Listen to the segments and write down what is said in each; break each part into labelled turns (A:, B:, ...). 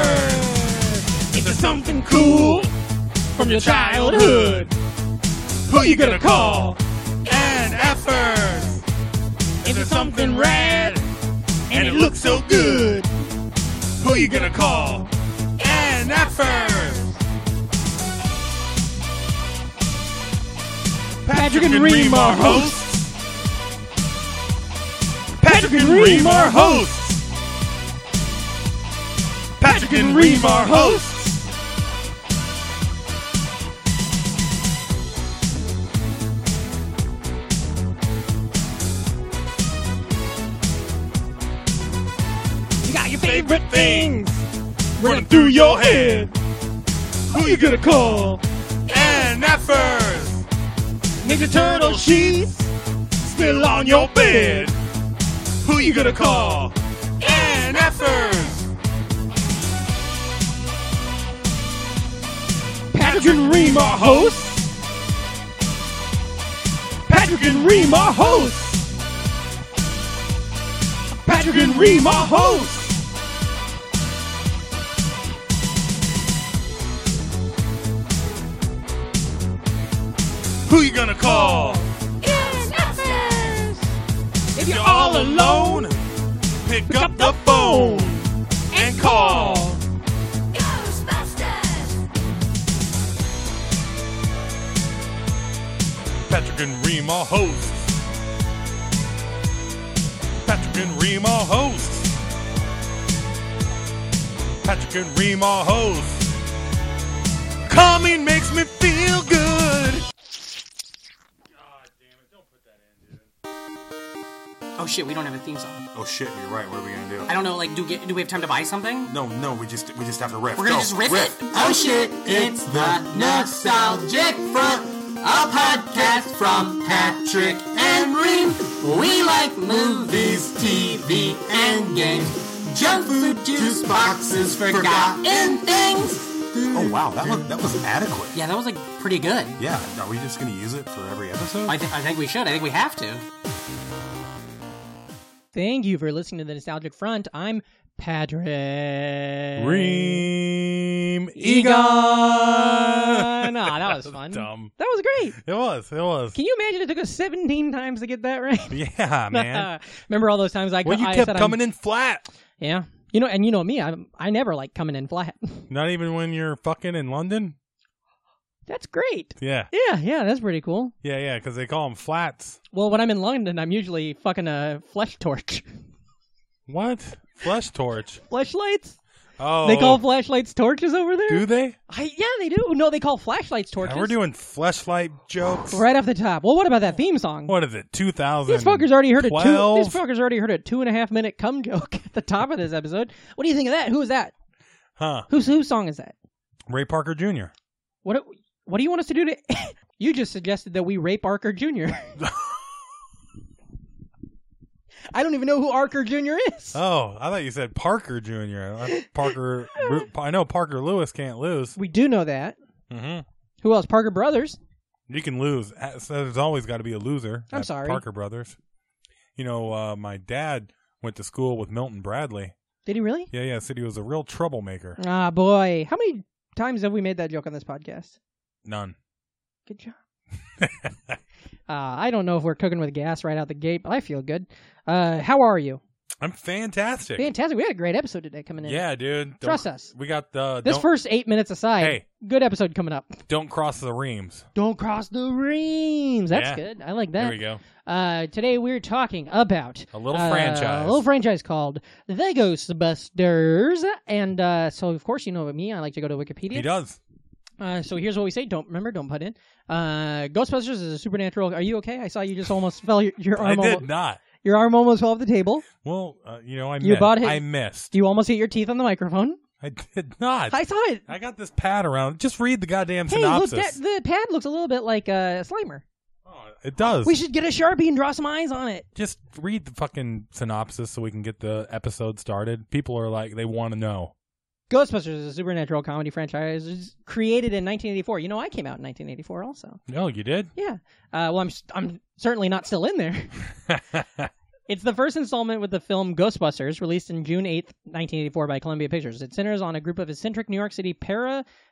A: Blackbird. Is there something cool from your childhood? Who you gonna call? An effers. Is there something rad and it looks so good? Who you gonna call? An effers. Patrick and Reem are hosts. Patrick and Reem are hosts. Patrick and Reem are hosts. You got your favorite things running through your head. Who you gonna call? An effers. Ninja Turtle sheets still on your bed. Who you gonna call? NFers. Patrick and Reem are hosts. Patrick and Reem are hosts. Patrick and Reem are hosts. Who you gonna call? If you're all alone, pick up the phone and call. Patrick and Reem are hosts. Patrick and Reem are hosts. Patrick and Reem are hosts. Coming makes me feel good.
B: Oh shit, we don't have a theme song.
C: Oh shit, you're right. What are we gonna do?
B: I don't know. Like, do get, do we have time to buy something?
C: No, no, we just we just have to riff.
B: We're gonna
C: Go,
B: just riff, it.
D: Oh shit, it's the Nostalgic Front, a podcast from Patrick and Reem. We like movies, TV, and games, junk food, juice boxes, forgotten things.
C: Oh wow, that was that was adequate.
B: Yeah, that was like pretty good.
C: Yeah, are we just gonna use it for every episode?
B: I, th- I think we should. I think we have to.
E: Thank you for listening to the Nostalgic Front. I'm Patrick.
F: Reem
E: Egon.
F: Egon.
E: Aw, that was fun.
F: Dumb.
E: That was great.
F: It was. It was.
E: Can you imagine it took us 17 times to get that right?
F: Yeah, man.
E: Remember all those times I,
F: well, you
E: I
F: kept
E: said
F: coming in flat.
E: in. Yeah. You know, and you know me, I'm, I never like coming in flat.
F: Not even when you're fucking in London.
E: that's great.
F: Yeah,
E: Yeah, yeah, that's pretty cool.
F: yeah, yeah. Because they call them flats.
E: Well, when I'm in London, I'm usually fucking a flesh torch.
F: What? Flesh torch.
E: Flashlights?
F: Oh,
E: They call flashlights torches over there?
F: Do they?
E: I, yeah, they do. No, they call flashlights torches.
F: Yeah, we're doing fleshlight jokes.
E: right off the top. Well, what about that theme song?
F: What is it? Two thousand.
E: These fuckers already heard a two.
F: Twelve.
E: These fuckers already heard a two and a half minute cum joke at the top of this episode. What do you think of that? Who is that?
F: Huh?
E: Whose whose song is that?
F: Ray Parker Jr.
E: What do- What do you want us to do to? you just suggested that we rape Arker Jr. I don't even know who Arker Jr. is.
F: Oh, I thought you said Parker Jr. Uh, Parker. Ru- I know Parker Lewis can't lose.
E: we do know that.
F: hmm
E: Who else? Parker Brothers.
F: You can lose. Uh, so There's always got to be a loser.
E: I'm
F: at
E: sorry.
F: Parker Brothers. You know, uh, my dad went to school with Milton Bradley.
E: Did he really?
F: Yeah, yeah. Said he was a real troublemaker.
E: Ah, boy. How many times have we made that joke on this podcast?
F: None.
E: Good job. uh, I don't know if we're cooking with gas right out the gate, but I feel good. Uh, how are you?
F: I'm fantastic.
E: Fantastic. We had a great episode today coming in.
F: Yeah, dude. Don't-
E: Trust us.
F: We got the
E: This
F: don't,
E: first eight minutes aside,
F: Hey.
E: good episode coming up.
F: don't cross the reams.
E: Don't cross the reams. That's
F: Yeah.
E: good. I like that.
F: There we go.
E: Uh, today we're talking about
F: A little
E: uh,
F: franchise.
E: a little franchise called The Ghostbusters. And uh, so, of course, you know me. I like to go to
F: He
E: Wikipedia.
F: does.
E: Uh, so here's what we say. Don't remember. Don't put in. Uh, Ghostbusters is a supernatural. Are you okay? I saw you just almost fell. Your, your
F: I
E: arm.
F: did
E: almo-
F: not.
E: your arm almost fell off the table.
F: Well, uh, you know, I
E: You
F: missed.
E: bought his-
F: I missed.
E: You almost hit your teeth on the microphone.
F: I did not.
E: I saw it.
F: I got this pad around. Just read the goddamn
E: Hey, look,
F: synopsis.
E: that, the pad looks a little bit like a uh, Slimer.
F: Oh, it does.
E: We should get a sharpie and draw some eyes on it.
F: just read the fucking synopsis so we can get the episode started. People are like, they want to know.
E: Ghostbusters is a supernatural comedy franchise It's created in 1984. You know, I came out in 1984 also.
F: No, you did.
E: Yeah. Uh, well, I'm s- I'm certainly not still in there. It's the first installment with the film Ghostbusters, released in June 8th, 1984 by Columbia Pictures. It centers on a group of eccentric New York City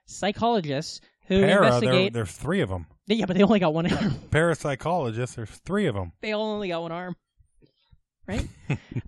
E: parapsychologists who
F: Para, there,
E: investigate.
F: there's three of them.
E: Yeah, but they only got one arm.
F: Parapsychologists, there's three of them.
E: they only got one arm, right?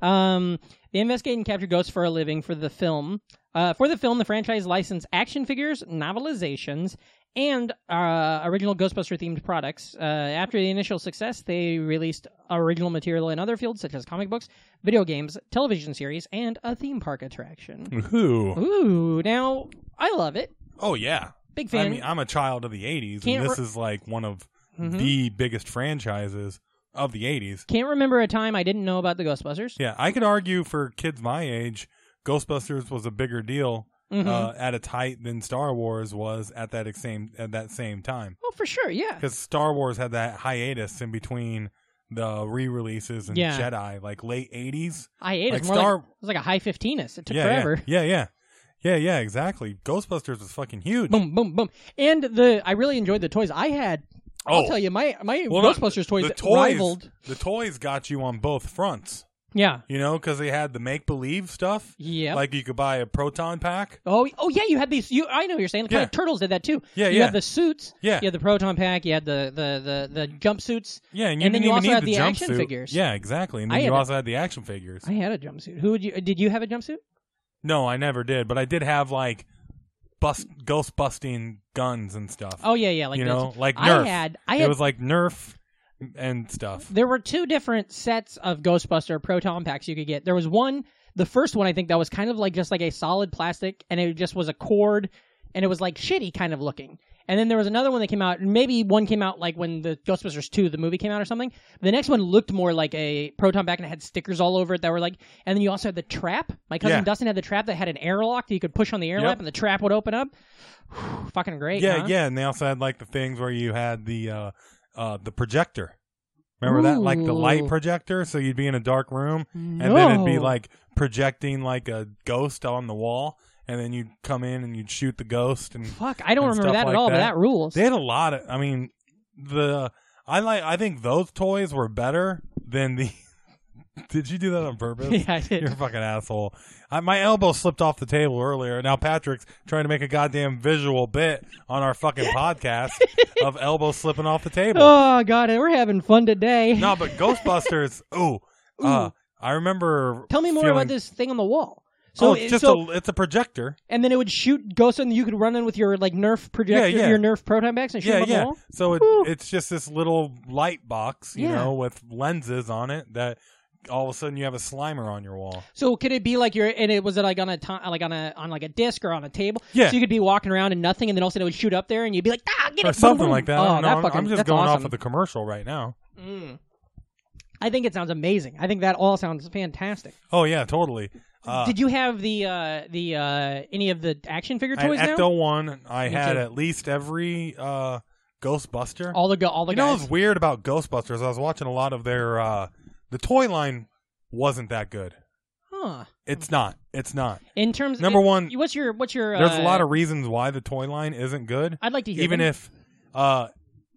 E: um, they investigate and capture ghosts for a living for the film. Uh, for the film, the franchise licensed action figures, novelizations, and uh, original Ghostbuster themed products. Uh, after the initial success, they released original material in other fields such as comic books, video games, television series, and a theme park attraction.
F: Who?
E: Ooh, now I love it.
F: Oh yeah.
E: Big fan.
F: I mean, I'm a child of the '80s,
E: Can't
F: and this
E: re-
F: is like one of
E: Mhm.
F: the biggest franchises of the '80s.
E: Can't remember a time I didn't know about the Ghostbusters.
F: Yeah, I could argue for kids my age, Ghostbusters was a bigger deal
E: Mhm.
F: uh, at its height than Star Wars was at that ex- same at that same time.
E: oh, for sure. Yeah.
F: because Star Wars had that hiatus in between the re-releases and
E: Yeah.
F: Jedi, like late '80s.
E: I ate
F: Like
E: it. More
F: Star-
E: like, it was like a high 15us. It took
F: yeah,
E: forever.
F: yeah, yeah, yeah, yeah, yeah, exactly. Ghostbusters was fucking huge.
E: Boom, boom, boom. And the I really enjoyed the toys I had. I'll
F: Oh.
E: tell you, my my
F: Well, no,
E: Ghostbusters toys,
F: the toys
E: rivaled.
F: The toys got you on both fronts,
E: Yeah.
F: you know, because they had the make-believe stuff.
E: Yep.
F: like you could buy a proton pack.
E: Oh, oh yeah, you had these. You, I know what you're saying. The kind
F: Yeah.
E: of turtles did that too.
F: Yeah,
E: you
F: yeah.
E: had the suits.
F: Yeah.
E: you had the proton pack. You had the the the, the jumpsuits.
F: Yeah, and you
E: And then
F: didn't
E: you
F: even
E: also
F: need
E: had
F: the,
E: the
F: jumpsuit.
E: action figures.
F: Yeah, exactly. And
E: I
F: then
E: had
F: you
E: a-
F: also had the action figures.
E: I had a jumpsuit. Who would you? Did you have a jumpsuit?
F: No, I never did, but I did have like bust ghost busting guns and stuff.
E: Oh yeah, yeah. Like
F: you
E: this.
F: know, like
E: I
F: Nerf.
E: had. I
F: it
E: had.
F: was like Nerf and stuff.
E: there were two different sets of Ghostbuster proton packs you could get. There was one, the first one I think that was kind of like just like a solid plastic, and it just was a cord, and it was like shitty kind of looking. And then there was another one that came out, and maybe one came out like when the Ghostbusters two the movie came out or something. The next one looked more like a proton pack, and it had stickers all over it that were like. And then you also had the trap. My cousin
F: Yeah.
E: Dustin had the trap that had an airlock that you could push on the airlock,
F: Yep.
E: and the trap would open up. Fucking great.
F: Yeah,
E: huh?
F: yeah, and they also had like the things where you had the uh, uh, the projector. Remember that, like the
E: Ooh.
F: light projector. So you'd be in a dark room, and
E: no.
F: then it'd be like projecting like a ghost on the wall, and then you'd come in and you'd shoot the ghost. And
E: Fuck, I don't
F: and
E: remember
F: stuff
E: that at
F: like
E: all, but
F: that.
E: that rules.
F: they had a lot of. I mean, the I like. I think those toys were better than the. Did you do that on purpose?
E: yeah, I did.
F: You're a fucking asshole. I, my elbow slipped off the table earlier. Now Patrick's trying to make a goddamn visual bit on our fucking podcast of elbow slipping off the table.
E: Oh god, we're having fun today.
F: no, but Ghostbusters. Ooh, uh, I remember.
E: Tell me more
F: feeling-
E: about this thing on the wall. So,
F: oh, it's just
E: so
F: a, it's a projector.
E: and then it would shoot ghosts, and you could run in with your like Nerf projector,
F: Yeah, yeah.
E: your Nerf proton packs, and shoot
F: Yeah,
E: them on the
F: yeah.
E: wall.
F: So it,
E: Ooh.
F: it's just this little light box, you
E: Yeah.
F: know, with lenses on it that all of a sudden you have a Slimer on your wall.
E: So could it be like your and it was it like on a ti like on a on like a disc or on a table?
F: Yeah.
E: So you could be walking around and nothing, and then all of a sudden it would shoot up there, and you'd be like, ah, get
F: Or
E: it, boom,
F: something
E: boom.
F: like that. I
E: Oh,
F: don't know.
E: that
F: I'm-
E: fucking,
F: I'm just
E: that's
F: going
E: awesome.
F: off of the commercial right now.
E: Mm. I think it sounds amazing. I think that all sounds fantastic.
F: Oh yeah, totally. Uh,
E: Did you have the uh the uh any of the action figure
F: I had
E: toys now?
F: Ecto One. I
E: Me
F: had
E: too.
F: at least every uh, Ghostbuster.
E: all the go- all the
F: you know
E: guys.
F: what's weird about Ghostbusters? I was watching a lot of their. Uh, the toy line wasn't that good.
E: huh.
F: It's not. It's not.
E: In terms
F: Number
E: it-
F: one,
E: what's your what's your
F: There's
E: uh,
F: a lot of reasons why the toy line isn't good.
E: I'd like to hear
F: even
E: them.
F: if, uh,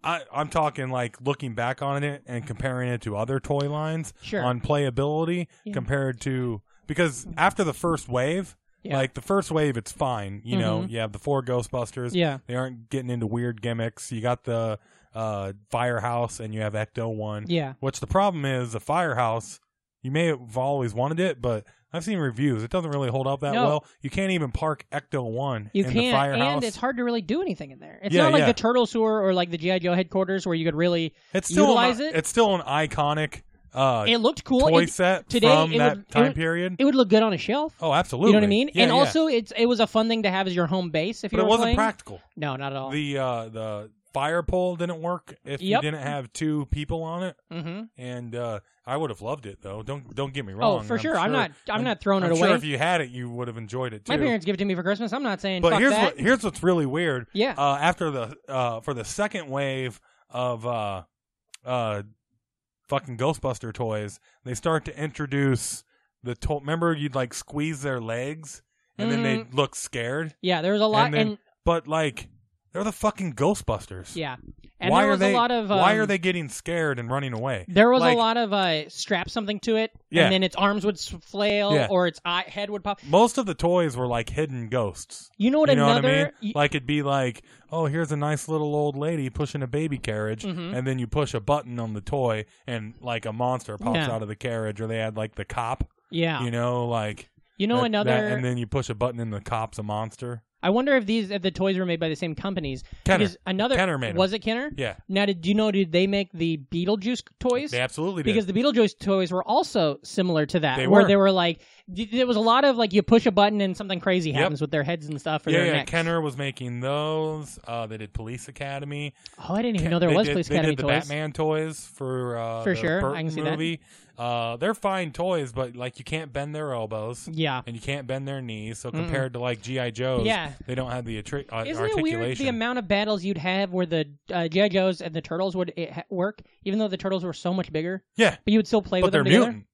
F: I, I'm talking like looking back on it and comparing it to other toy lines
E: Sure.
F: on playability
E: Yeah.
F: compared to because after the first wave,
E: Yeah.
F: like the first wave, it's fine. You know,
E: Mhm.
F: you have the four Ghostbusters.
E: yeah
F: They aren't getting into weird gimmicks. You got the uh, firehouse and you have Ecto One.
E: yeah
F: Which the problem is the firehouse. You may have always wanted it, but I've seen reviews. It doesn't really hold up that
E: No.
F: well. You can't even park Ecto One
E: You
F: in the
E: can't,
F: firehouse.
E: and it's hard to really do anything in there. It's
F: Yeah,
E: not like
F: yeah.
E: the Turtle Sewer or like the GI Joe headquarters where you could really.
F: It's still
E: utilize
F: an,
E: it.
F: It's still an iconic uh,
E: It looked cool.
F: toy
E: it,
F: set
E: today
F: from
E: it
F: that
E: would- it
F: time
E: would-
F: period.
E: it would look good on a shelf.
F: oh, absolutely.
E: You know what I mean?
F: Yeah,
E: and
F: yeah.
E: also, it's it was a fun thing to have as your home base if
F: but
E: you
F: it
E: were
F: wasn't
E: playing.
F: practical.
E: No, not at all.
F: The uh, the fire pole didn't work if
E: Yep.
F: you didn't have two people on it.
E: hmm
F: and uh, I would have loved it though. Don't don't get me
E: Oh,
F: wrong.
E: for sure. I'm not. I'm, not throwing
F: I'm
E: it
F: sure
E: away.
F: if you had it, you would have enjoyed it too.
E: My parents give it to me for Christmas. I'm not saying.
F: but
E: fuck
F: here's
E: that.
F: what here's what's really weird.
E: Yeah.
F: Uh, after the uh, for the second wave of uh, uh, fucking Ghostbuster toys, they start to introduce the to- remember you'd like squeeze their legs and then
E: Mhm.
F: they'd look scared.
E: yeah, there was a lot,
F: and then-
E: and
F: But like they're the fucking Ghostbusters.
E: yeah, And
F: why
E: there
F: are
E: was
F: they?
E: a lot of um,
F: why are they getting scared and running away?
E: There was
F: Like,
E: a lot of uh, strap something to it,
F: Yeah.
E: and then its arms would s- flail
F: Yeah.
E: or its eye head would pop.
F: Most of the toys were like hidden ghosts.
E: You know what?
F: you know
E: another
F: what I mean?
E: y-
F: like it'd be like, oh, here's a nice little old lady pushing a baby carriage,
E: Mhm.
F: and then you push a button on the toy, and like a monster pops
E: Yeah.
F: out of the carriage, or they had like the cop,
E: yeah, you
F: you
E: know,
F: know, like that-
E: another.
F: that- and then you push a button, and the cop's a monster.
E: I wonder if these if the toys were made by the same companies.
F: Kenner.
E: Because another
F: Kenner made 'em.
E: was it Kenner?
F: Yeah,
E: Now, did you know? Did they make the Beetlejuice toys?
F: they absolutely did.
E: because the Beetlejuice toys were also similar to that,
F: They
E: where
F: were.
E: they were like, d- there was a lot of like you push a button and something crazy
F: Yep.
E: happens with their heads and stuff. Or
F: yeah,
E: their
F: yeah.
E: necks.
F: Kenner was making those. Uh, they did Police Academy.
E: Oh, I didn't even
F: Ken-
E: know there
F: they
E: was
F: did,
E: Police
F: they
E: Academy
F: did the
E: toys.
F: Batman toys for uh,
E: For
F: the
E: sure, I
F: Burton
E: can see that.
F: movie. Uh, they're fine toys, but like you can't bend their elbows
E: Yeah.
F: and you can't bend their knees. So compared to like GI Joes,
E: Yeah.
F: they don't have the attri- uh,
E: Isn't it
F: articulation.
E: weird the amount of battles you'd have where the uh, G.I. Joes and the Turtles would it, ha- work, even though the Turtles were so much bigger,
F: yeah,
E: but you would still play
F: but
E: with
F: they're
E: them together?
F: mutant.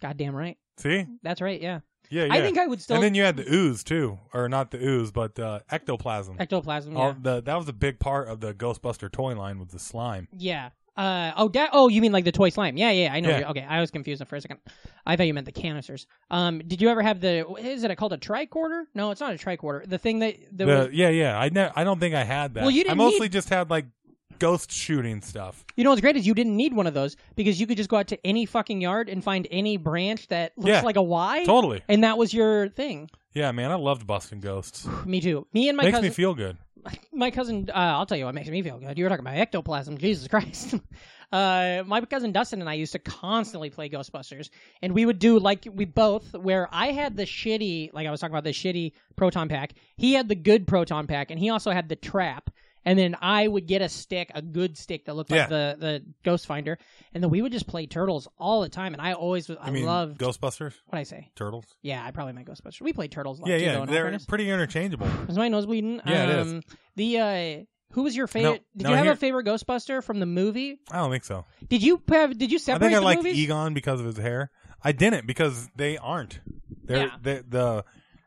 E: Goddamn right.
F: See,
E: That's right, yeah.
F: yeah, yeah.
E: I think I would still...
F: and then you had the ooze too, or not the ooze, but uh, ectoplasm.
E: Ectoplasm,
F: All
E: yeah.
F: the, that was a big part of the Ghostbuster toy line with the slime.
E: Yeah. Uh, oh, da- oh, you mean like the toy slime? Yeah, yeah, I know.
F: Yeah.
E: you- Okay, I was confused for a second. I thought you meant the canisters. Um, did you ever have the? Is it called a tricorder? No, it's not a tricorder. The thing that the,
F: The- yeah, yeah. I ne- I don't think I had that.
E: Well, you
F: I
E: didn't
F: mostly just had like ghost shooting stuff.
E: you know what's great is you didn't need one of those because you could just go out to any fucking yard and find any branch that looks
F: Yeah.
E: like a Y,
F: Totally.
E: and that was your thing.
F: Yeah, man, I loved busting ghosts.
E: Me too. Me and my
F: Makes
E: cousin.
F: me feel good.
E: my cousin uh, i'll tell you what makes me feel good you were talking about ectoplasm jesus christ uh, my cousin dustin and i used to constantly play ghostbusters and we would do like we both where i had the shitty like i was talking about the shitty proton pack he had the good proton pack and he also had the trap and then I would get a stick, a good stick that looked
F: Yeah.
E: like the, the Ghost Finder, and then we would just play Turtles all the time. And I always, was, I
F: mean
E: loved
F: Ghostbusters,
E: what I say.
F: Turtles.
E: Yeah, I probably meant Ghostbusters. We played Turtles. a lot
F: Yeah,
E: too, though,
F: yeah,
E: in all
F: they're
E: fairness.
F: pretty interchangeable.
E: Is my nose bleeding?
F: Yeah, it
E: um, The uh, who was your
F: No,
E: favorite? did
F: no,
E: you have
F: here-
E: a favorite Ghostbuster from the movie?
F: I don't think so.
E: Did you have? Did you
F: I
E: separate
F: think I
E: the
F: liked
E: movies?
F: Egon because of his hair. I didn't because they aren't. They're,
E: Yeah.
F: they the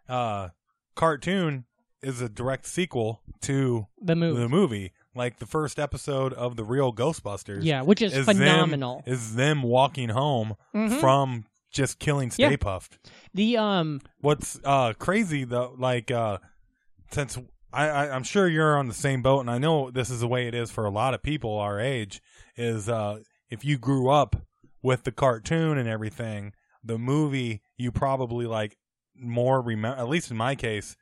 F: uh, cartoon is a direct sequel to
E: the movie.
F: the movie. Like the first episode of the real Ghostbusters.
E: yeah, which is,
F: is
E: phenomenal.
F: Them, is them walking home
E: Mhm.
F: from just killing Stay
E: Yeah.
F: Puffed.
E: the um,
F: What's uh, crazy though, like uh, since I, I, I'm sure you're on the same boat, and I know this is the way it is for a lot of people our age, is uh, if you grew up with the cartoon and everything, the movie you probably like more remember. At least in my case,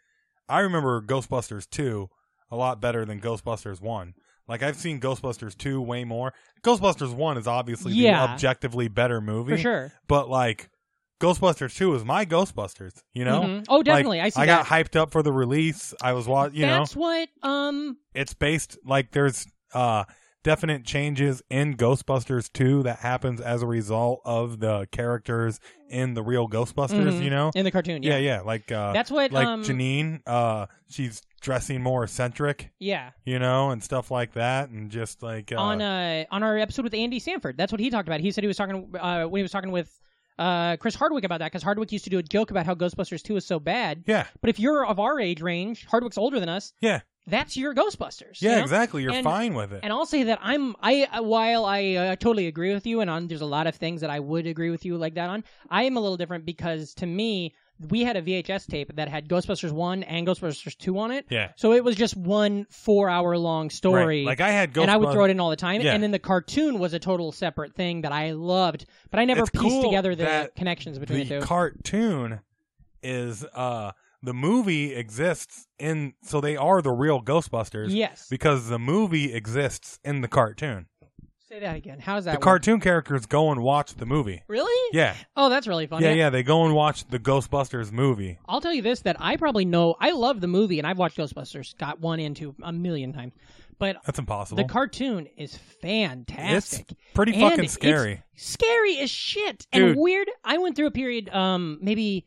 F: I remember Ghostbusters two a lot better than Ghostbusters one. Like I've seen Ghostbusters two way more. Ghostbusters one is obviously
E: Yeah.
F: the objectively better movie
E: for sure.
F: but like Ghostbusters 2 is my Ghostbusters, you know?
E: Mhm. Oh, definitely.
F: Like,
E: I see
F: I
E: that.
F: got hyped up for the release. I was watching, you
E: That's
F: know,
E: what um,
F: it's based like there's uh definite changes in Ghostbusters 2 that happens as a result of the characters in the real Ghostbusters,
E: mhm,
F: you know?
E: in the cartoon.
F: Yeah,
E: Yeah,
F: yeah, like uh
E: that's what
F: like
E: um,
F: Janine, uh she's dressing more eccentric,
E: yeah.
F: you know, and stuff like that and just like uh,
E: on uh on our episode with Andy Sanford. That's what he talked about. He said he was talking uh, when he was talking with uh Chris Hardwick about that because Hardwick used to do a joke about how Ghostbusters Two is so bad.
F: yeah,
E: But if you're of our age range, Hardwick's older than us.
F: Yeah.
E: that's your Ghostbusters. you
F: yeah,
E: know?
F: exactly. You're
E: And-
F: fine with it.
E: And I'll say that I'm I uh, while I uh, totally agree with you, and on, there's a lot of things that I would agree with you like that on. I am a little different because to me, we had a VHS tape that had Ghostbusters one and Ghostbusters two on it.
F: yeah.
E: So it was just one four hour long story
F: Right. Like I had Ghostbusters
E: and I would throw it in all the time.
F: Yeah.
E: And then the cartoon was a total separate thing that I loved, but I never
F: It's
E: pieced
F: cool
E: together the
F: that
E: connections between the,
F: the
E: two.
F: cartoon is uh the movie exists in so they are the real ghostbusters
E: yes.
F: because the movie exists in the cartoon
E: Say that again. How does that
F: the
E: work?
F: cartoon characters go and watch the movie
E: Really?
F: yeah
E: Oh, that's really funny.
F: yeah yeah they go and watch the ghostbusters movie
E: I'll tell you this that I probably know. I love the movie, and I've watched Ghostbusters, got one and two a million times. But
F: that's impossible
E: the cartoon is
F: it's
E: fantastic.
F: Oh. pretty
E: And
F: fucking
E: it's
F: scary
E: scary as shit
F: Dude.
E: and weird. I went through a period, um, maybe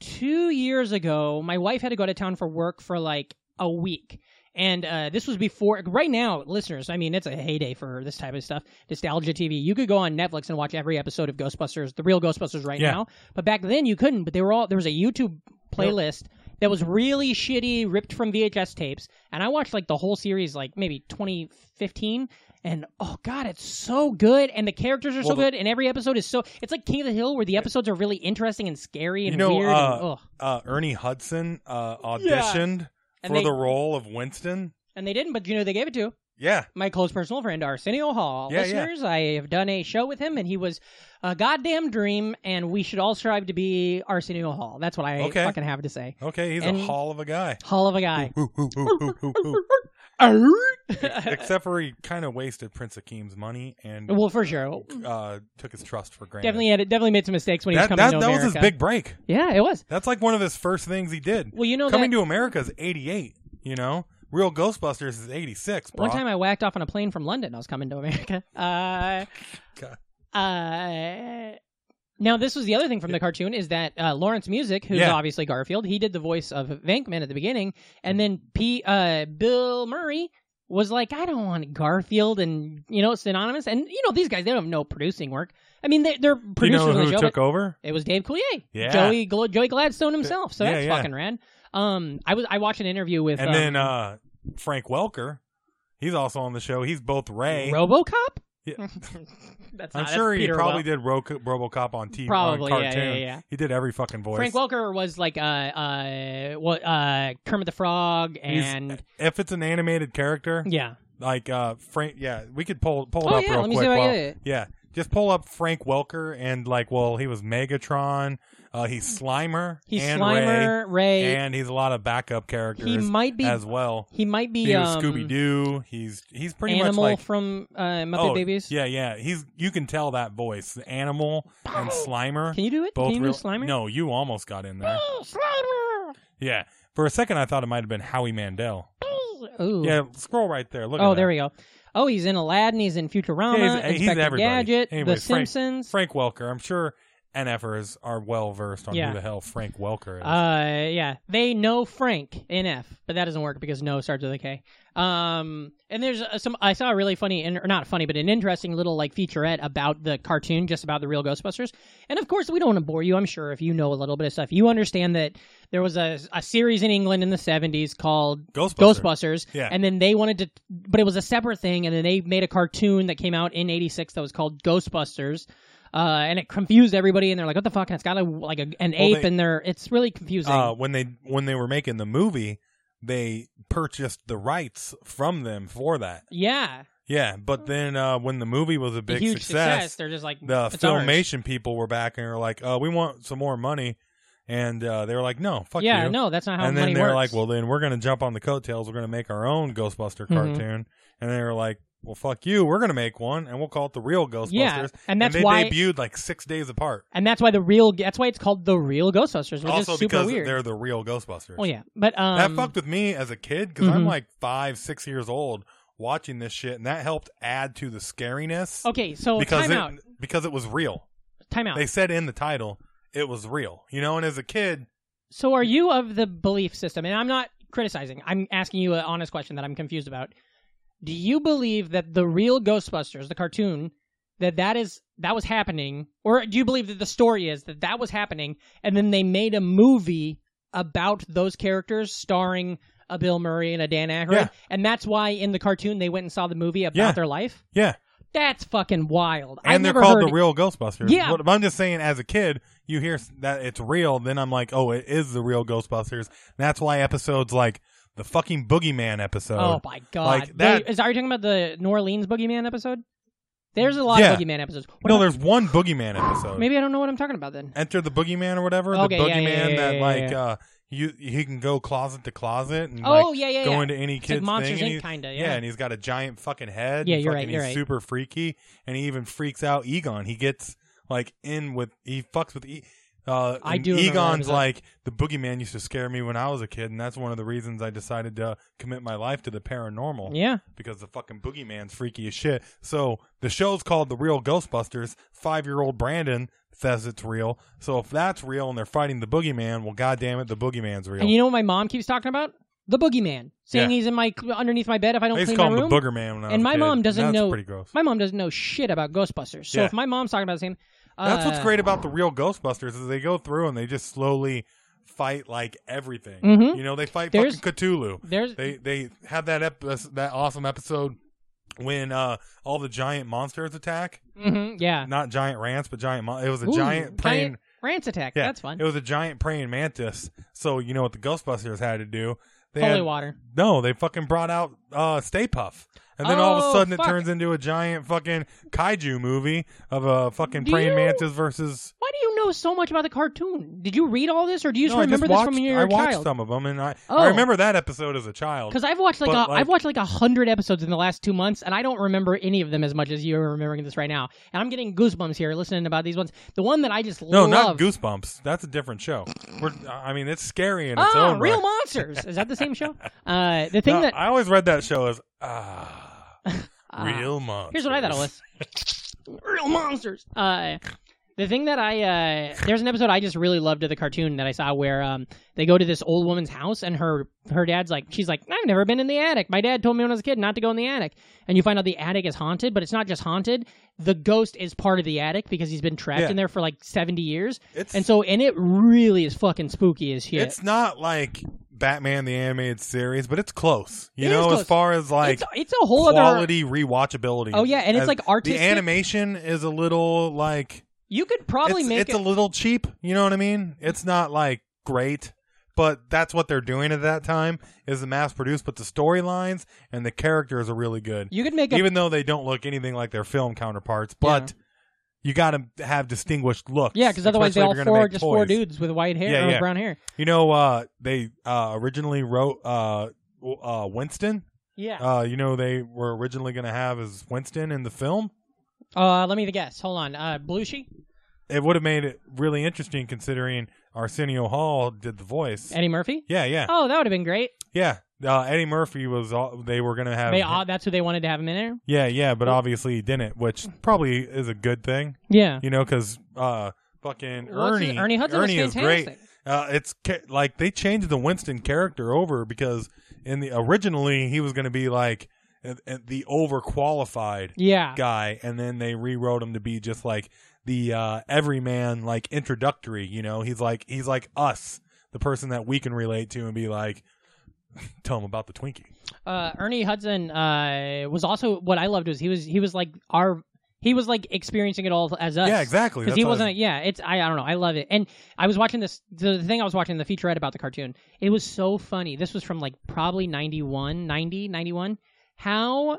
E: two years ago. My wife had to go out of town for work for like a week, and uh, this was before. Right now, listeners, I mean, it's a heyday for this type of stuff. Nostalgia TV. You could go on Netflix and watch every episode of Ghostbusters, the real Ghostbusters, right
F: Yeah.
E: now. But back then, you couldn't. But they were all there was a YouTube playlist. that was really shitty, ripped from VHS tapes. And I watched like the whole series, like maybe 2015. And oh god, it's so good, and the characters are so
F: Well, the-
E: good, and every episode is so. It's like King of the Hill, where the episodes are really interesting and scary and
F: You know,
E: weird. and,
F: uh,
E: ugh.
F: uh, Ernie Hudson uh,
E: Yeah.
F: auditioned
E: And
F: for
E: they-
F: the role of Winston.
E: and they didn't, but you know they gave it to
F: Yeah,
E: my close personal friend Arsenio Hall.
F: Yeah, yeah.
E: Listeners, I have done a show with him, and he was a goddamn dream, and we should all strive to be Arsenio Hall. That's what I
F: Okay.
E: fucking have to say.
F: okay, he's
E: And-
F: a hall of a guy.
E: Hall of a guy.
F: Hoo, hoo, hoo, hoo, hoo, hoo. Except for he kind of wasted Prince Hakim's money and
E: well, for sure,
F: uh, took his trust for granted.
E: definitely had definitely made some mistakes when he was
F: that
E: coming
F: that,
E: to
F: that was
E: America.
F: his big break.
E: Yeah, it was.
F: That's like one of his first things he did.
E: Well, you know
F: coming
E: that-
F: to America is '88. You know, real Ghostbusters is '86.
E: One time I whacked off on a plane from London. I was coming to America. Uh,
F: God.
E: uh, now this was the other thing from the cartoon is that uh, Lawrence Music, who's
F: Yeah.
E: obviously Garfield, he did the voice of Vankman at the beginning,
F: Hmm.
E: and then P, uh, Bill Murray was like, I don't want Garfield and you know synonymous, and you know these guys they don't know producing work. I mean they, they're
F: Do you
E: producers
F: know
E: on
F: who
E: the show.
F: took
E: but-
F: over?
E: it was Dave Coulier,
F: Yeah.
E: Joey Gl- Joey Gladstone himself. So
F: Yeah,
E: that's
F: yeah.
E: fucking rad. Um, I was I watched an interview with
F: And
E: um,
F: then uh, Frank Welker, he's also on the show. He's both Ray.
E: RoboCop.
F: Yeah.
E: that's
F: I'm
E: not-
F: sure
E: that's
F: he
E: Peter
F: probably
E: Wel-
F: did Ro- RoboCop on TV.
E: Probably,
F: on
E: yeah, yeah,
F: cartoon.
E: yeah.
F: He did every fucking voice.
E: Frank Welker was like uh uh what uh Kermit the Frog
F: He's-
E: and
F: if it's an animated character,
E: yeah
F: like uh, Frank, yeah, we could pull pull it
E: Oh,
F: up
E: yeah,
F: real
E: let me
F: quick.
E: see what I
F: while-
E: did.
F: yeah, just pull up Frank Welker and like, well, he was Megatron. Uh, he's Slimer.
E: he's
F: and
E: Slimer
F: Ray,
E: Ray,
F: and he's a lot of backup characters.
E: he might be
F: as well.
E: he might be
F: He was
E: um,
F: Scooby Doo. He's he's pretty
E: animal
F: much like
E: from uh, Muppet
F: oh,
E: Babies.
F: Yeah, yeah. He's you can tell that voice. The Animal and Slimer.
E: Can you do it?
F: both
E: Can you
F: real-
E: do Slimer?
F: No, you almost got in there.
E: Oh, Slimer.
F: Yeah. For a second, I thought it might have been Howie Mandel.
E: Ooh.
F: Yeah, scroll right there. Look.
E: oh,
F: at
E: there
F: that.
E: we go. Oh, he's in Aladdin. He's in Futurama.
F: Yeah, he's- he's
E: Inspector
F: everybody.
E: Gadget. the
F: Anyways, Frank-
E: Simpsons.
F: Frank Welker. I'm sure NFers are well versed on
E: Yeah.
F: who the hell Frank Welker is.
E: Uh, yeah, they know Frank in F, but that doesn't work because no starts with a K. Um, and there's uh, some I saw a really funny, in- or not funny, but an interesting little like featurette about the cartoon, just about the real Ghostbusters. And of course, we don't want to bore you. I'm sure if you know a little bit of stuff, you understand that there was a, a series in England in the 70s called
F: Ghostbusters.
E: Ghostbusters,
F: Yeah.
E: and then they wanted to, but it was a separate thing, and then they made a cartoon that came out in '86 that was called Ghostbusters, uh, and it confused everybody, and they're like, "What the fuck?" And it's got a, like a, an ape,
F: they-
E: in there. it's really confusing.
F: uh, when they when they were making the movie, they purchased the rights from them for that.
E: yeah,
F: Yeah, but then uh, when the movie was a
E: the
F: big
E: Hmm. huge success,
F: success,
E: They're just like
F: the
E: it's ours.
F: filmation people were back and were like, "Uh, we want some more money," and uh, they were like, "No, fuck
E: Yeah,
F: you."
E: no, that's not how
F: and then
E: money
F: they're
E: works.
F: like, "Well, then we're gonna jump on the coattails. We're gonna make our own Ghostbuster
E: Mm-hmm.
F: cartoon." And they were like, "Well, fuck you. We're gonna make one, and we'll call it the real Ghostbusters."
E: Yeah, and that's
F: they
E: why-
F: debuted like six days apart.
E: and that's why the real that's why it's called the real Ghostbusters, which
F: also
E: is super
F: because
E: weird.
F: they're the real Ghostbusters.
E: well, yeah, but
F: that
E: um, mm-hmm.
F: fucked with me as a kid because I'm like five, six years old watching this shit, and that helped add to the scariness.
E: okay, so
F: because
E: Oh, time
F: it,
E: out, Oh.
F: because it was real.
E: time out.
F: They said in the title it was real, you know. And as a kid,
E: So are you of the belief system? And I'm not criticizing. I'm asking you an honest question that I'm confused about. Do you believe that the real Ghostbusters, the cartoon, that that is that was happening, or do you believe that the story is that that was happening, and then they made a movie about those characters starring a Bill Murray and a Dan Aykroyd,
F: Yeah.
E: and that's why in the cartoon they went and saw the movie about
F: Yeah.
E: their life?
F: yeah,
E: That's fucking wild.
F: and
E: I've
F: they're
E: never
F: called
E: heard
F: the real Ghostbusters.
E: Yeah.
F: But I'm just saying, as a kid, you hear s- that it's real, then I'm like, oh, it is the real Ghostbusters. That's why episodes like the fucking Boogeyman episode.
E: Oh my god!
F: Like, that-
E: Wait, is- are you talking about the New Orleans Boogeyman episode? There's a lot
F: Yeah.
E: of Boogeyman episodes. What
F: no,
E: about-
F: there's one Boogeyman episode.
E: maybe I don't know what I'm talking about then.
F: Enter the Boogeyman or whatever.
E: Okay,
F: the
E: yeah, yeah,
F: Boogeyman
E: yeah,
F: that
E: yeah,
F: like
E: yeah.
F: uh you he can go closet to closet and
E: Oh,
F: like,
E: yeah, yeah,
F: go
E: yeah.
F: into any
E: It's like
F: kid's
E: Monsters,
F: thing. and
E: Inc.
F: he's-
E: kinda,
F: yeah.
E: yeah.
F: and he's got a giant fucking head.
E: Yeah,
F: and
E: you're
F: fucking-
E: right, you're
F: he's
E: right.
F: super freaky, and he even freaks out Egon. He gets like in with he fucks with. E- uh,
E: I
F: and
E: do remember that
F: Egon's
E: episode.
F: like the boogeyman used to scare me when I was a kid, and that's one of the reasons I decided to commit my life to the paranormal
E: Yeah.
F: because the fucking boogeyman's freaky as shit. So the show's called The Real Ghostbusters. Five year old Brandon says it's real. So if that's real and they're fighting the boogeyman, well, goddamn it, the boogeyman's real.
E: And you know what my mom keeps talking about? The Boogeyman, saying
F: Yeah.
E: he's in my underneath my bed if I don't
F: they used to
E: clean
F: call
E: my
F: him
E: room.
F: the booger man when I was
E: and
F: a
E: my
F: kid.
E: mom doesn't
F: That's
E: know.
F: pretty gross.
E: My mom doesn't know shit about Ghostbusters. So
F: Yeah.
E: if my mom's talking about the same, uh,
F: That's what's great about the real Ghostbusters is they go through and they just slowly fight like everything.
E: Mhm.
F: You know, they fight
E: There's-
F: fucking Cthulhu.
E: There's
F: They they had that ep- that awesome episode when uh all the giant monsters attack.
E: mhm, yeah.
F: Not giant rants, but giant. Mon- it was a
E: Ooh,
F: giant praying.
E: Rance attack.
F: yeah,
E: That's fun.
F: It was a giant praying mantis. So you know what the Ghostbusters had to do? They
E: Holy
F: had-
E: water.
F: no, they fucking brought out uh, Stay Puff. And then all of
E: Oh,
F: a sudden
E: fuck.
F: it turns into a giant fucking kaiju movie of a fucking
E: Do
F: praying
E: you-
F: mantis versus.
E: Why do you know so much about the cartoon? Did you read all this, or do you just
F: No, I
E: remember
F: just watched,
E: this from when you were
F: I
E: a
F: watched
E: child?
F: some of them, and I,
E: Oh.
F: I remember that episode as a child.
E: Because I've watched like,
F: But,
E: a,
F: like-
E: I've watched like a hundred episodes in the last two months, and I don't remember any of them as much as you're remembering this right now. And I'm getting goosebumps here listening about these ones. The one that I just
F: No,
E: love.
F: not Goosebumps. That's a different show. We're, I mean, it's scary in its
E: ah,
F: own
E: real
F: right.
E: monsters. Is that the same show? Uh, the thing
F: No,
E: that
F: I always read that show as ah,
E: Ah.
F: real monsters.
E: Here's what I thought it was. Real monsters. Uh, the thing that I uh, there's an episode I just really loved of the cartoon that I saw where um, they go to this old woman's house and her her dad's like she's like I've never been in the attic. My dad told me when I was a kid not to go in the attic. And you find out the attic is haunted, but it's not just haunted. The ghost is part of the attic because he's been trapped
F: Yeah.
E: in there for like 70 years.
F: It's
E: And so and it really is fucking spooky as shit.
F: it's not like Batman the animated series, but it's close. You
E: It is
F: know,
E: close.
F: as far as like
E: it's, it's a whole other
F: quality rewatchability.
E: Oh, yeah, and it's,
F: As-
E: like, artistic.
F: The animation is a little like
E: You could probably
F: it's,
E: make
F: it's
E: it
F: a little cheap. You know what I mean? It's not like great, but that's what they're doing at that time is the mass produced. But the storylines and the characters are really good,
E: you could make a
F: even though they don't look anything like their film counterparts. But you got to have distinguished looks.
E: Yeah, because otherwise they
F: especially
E: all
F: if you're gonna
E: four are
F: make
E: just four
F: toys.
E: dudes with white hair
F: Yeah,
E: or
F: yeah.
E: brown hair.
F: You know, uh, they uh, originally wrote uh, w- uh, Winston.
E: Yeah.
F: Uh, you know, they were originally going to have as Winston in the film.
E: Uh, let me guess. Hold on. Uh, Belushi,
F: It would have made it really interesting considering Arsenio Hall did the voice.
E: Eddie Murphy.
F: yeah, yeah.
E: Oh, that would have been great.
F: Yeah, uh, Eddie Murphy was. All, they were gonna have.
E: They, uh, that's who they wanted to have him in there.
F: yeah, yeah, but obviously he didn't, which probably is a good thing,
E: Yeah.
F: you know, because uh, fucking
E: Well, it's-
F: Ernie,
E: Ernie Hudson was
F: Ernie is
E: fantastic.
F: great. Uh, it's ca- like they changed the Winston character over because in the originally he was gonna be like uh, uh, the overqualified
E: Yeah.
F: guy, and then they rewrote him to be just like the uh, everyman, like introductory. You know, he's like he's like us, the person that we can relate to and be like, tell him about the Twinkie.
E: Uh, Ernie Hudson uh, was also what I loved was he was he was like our he was like experiencing it all as us.
F: Yeah, exactly.
E: Because
F: That's
E: he
F: what I was-
E: wasn't. Yeah, it's I, I don't know. I love it. And I was watching this. The thing I was watching the featurette about the cartoon. It was so funny. This was from like probably 91, 90, 91. How?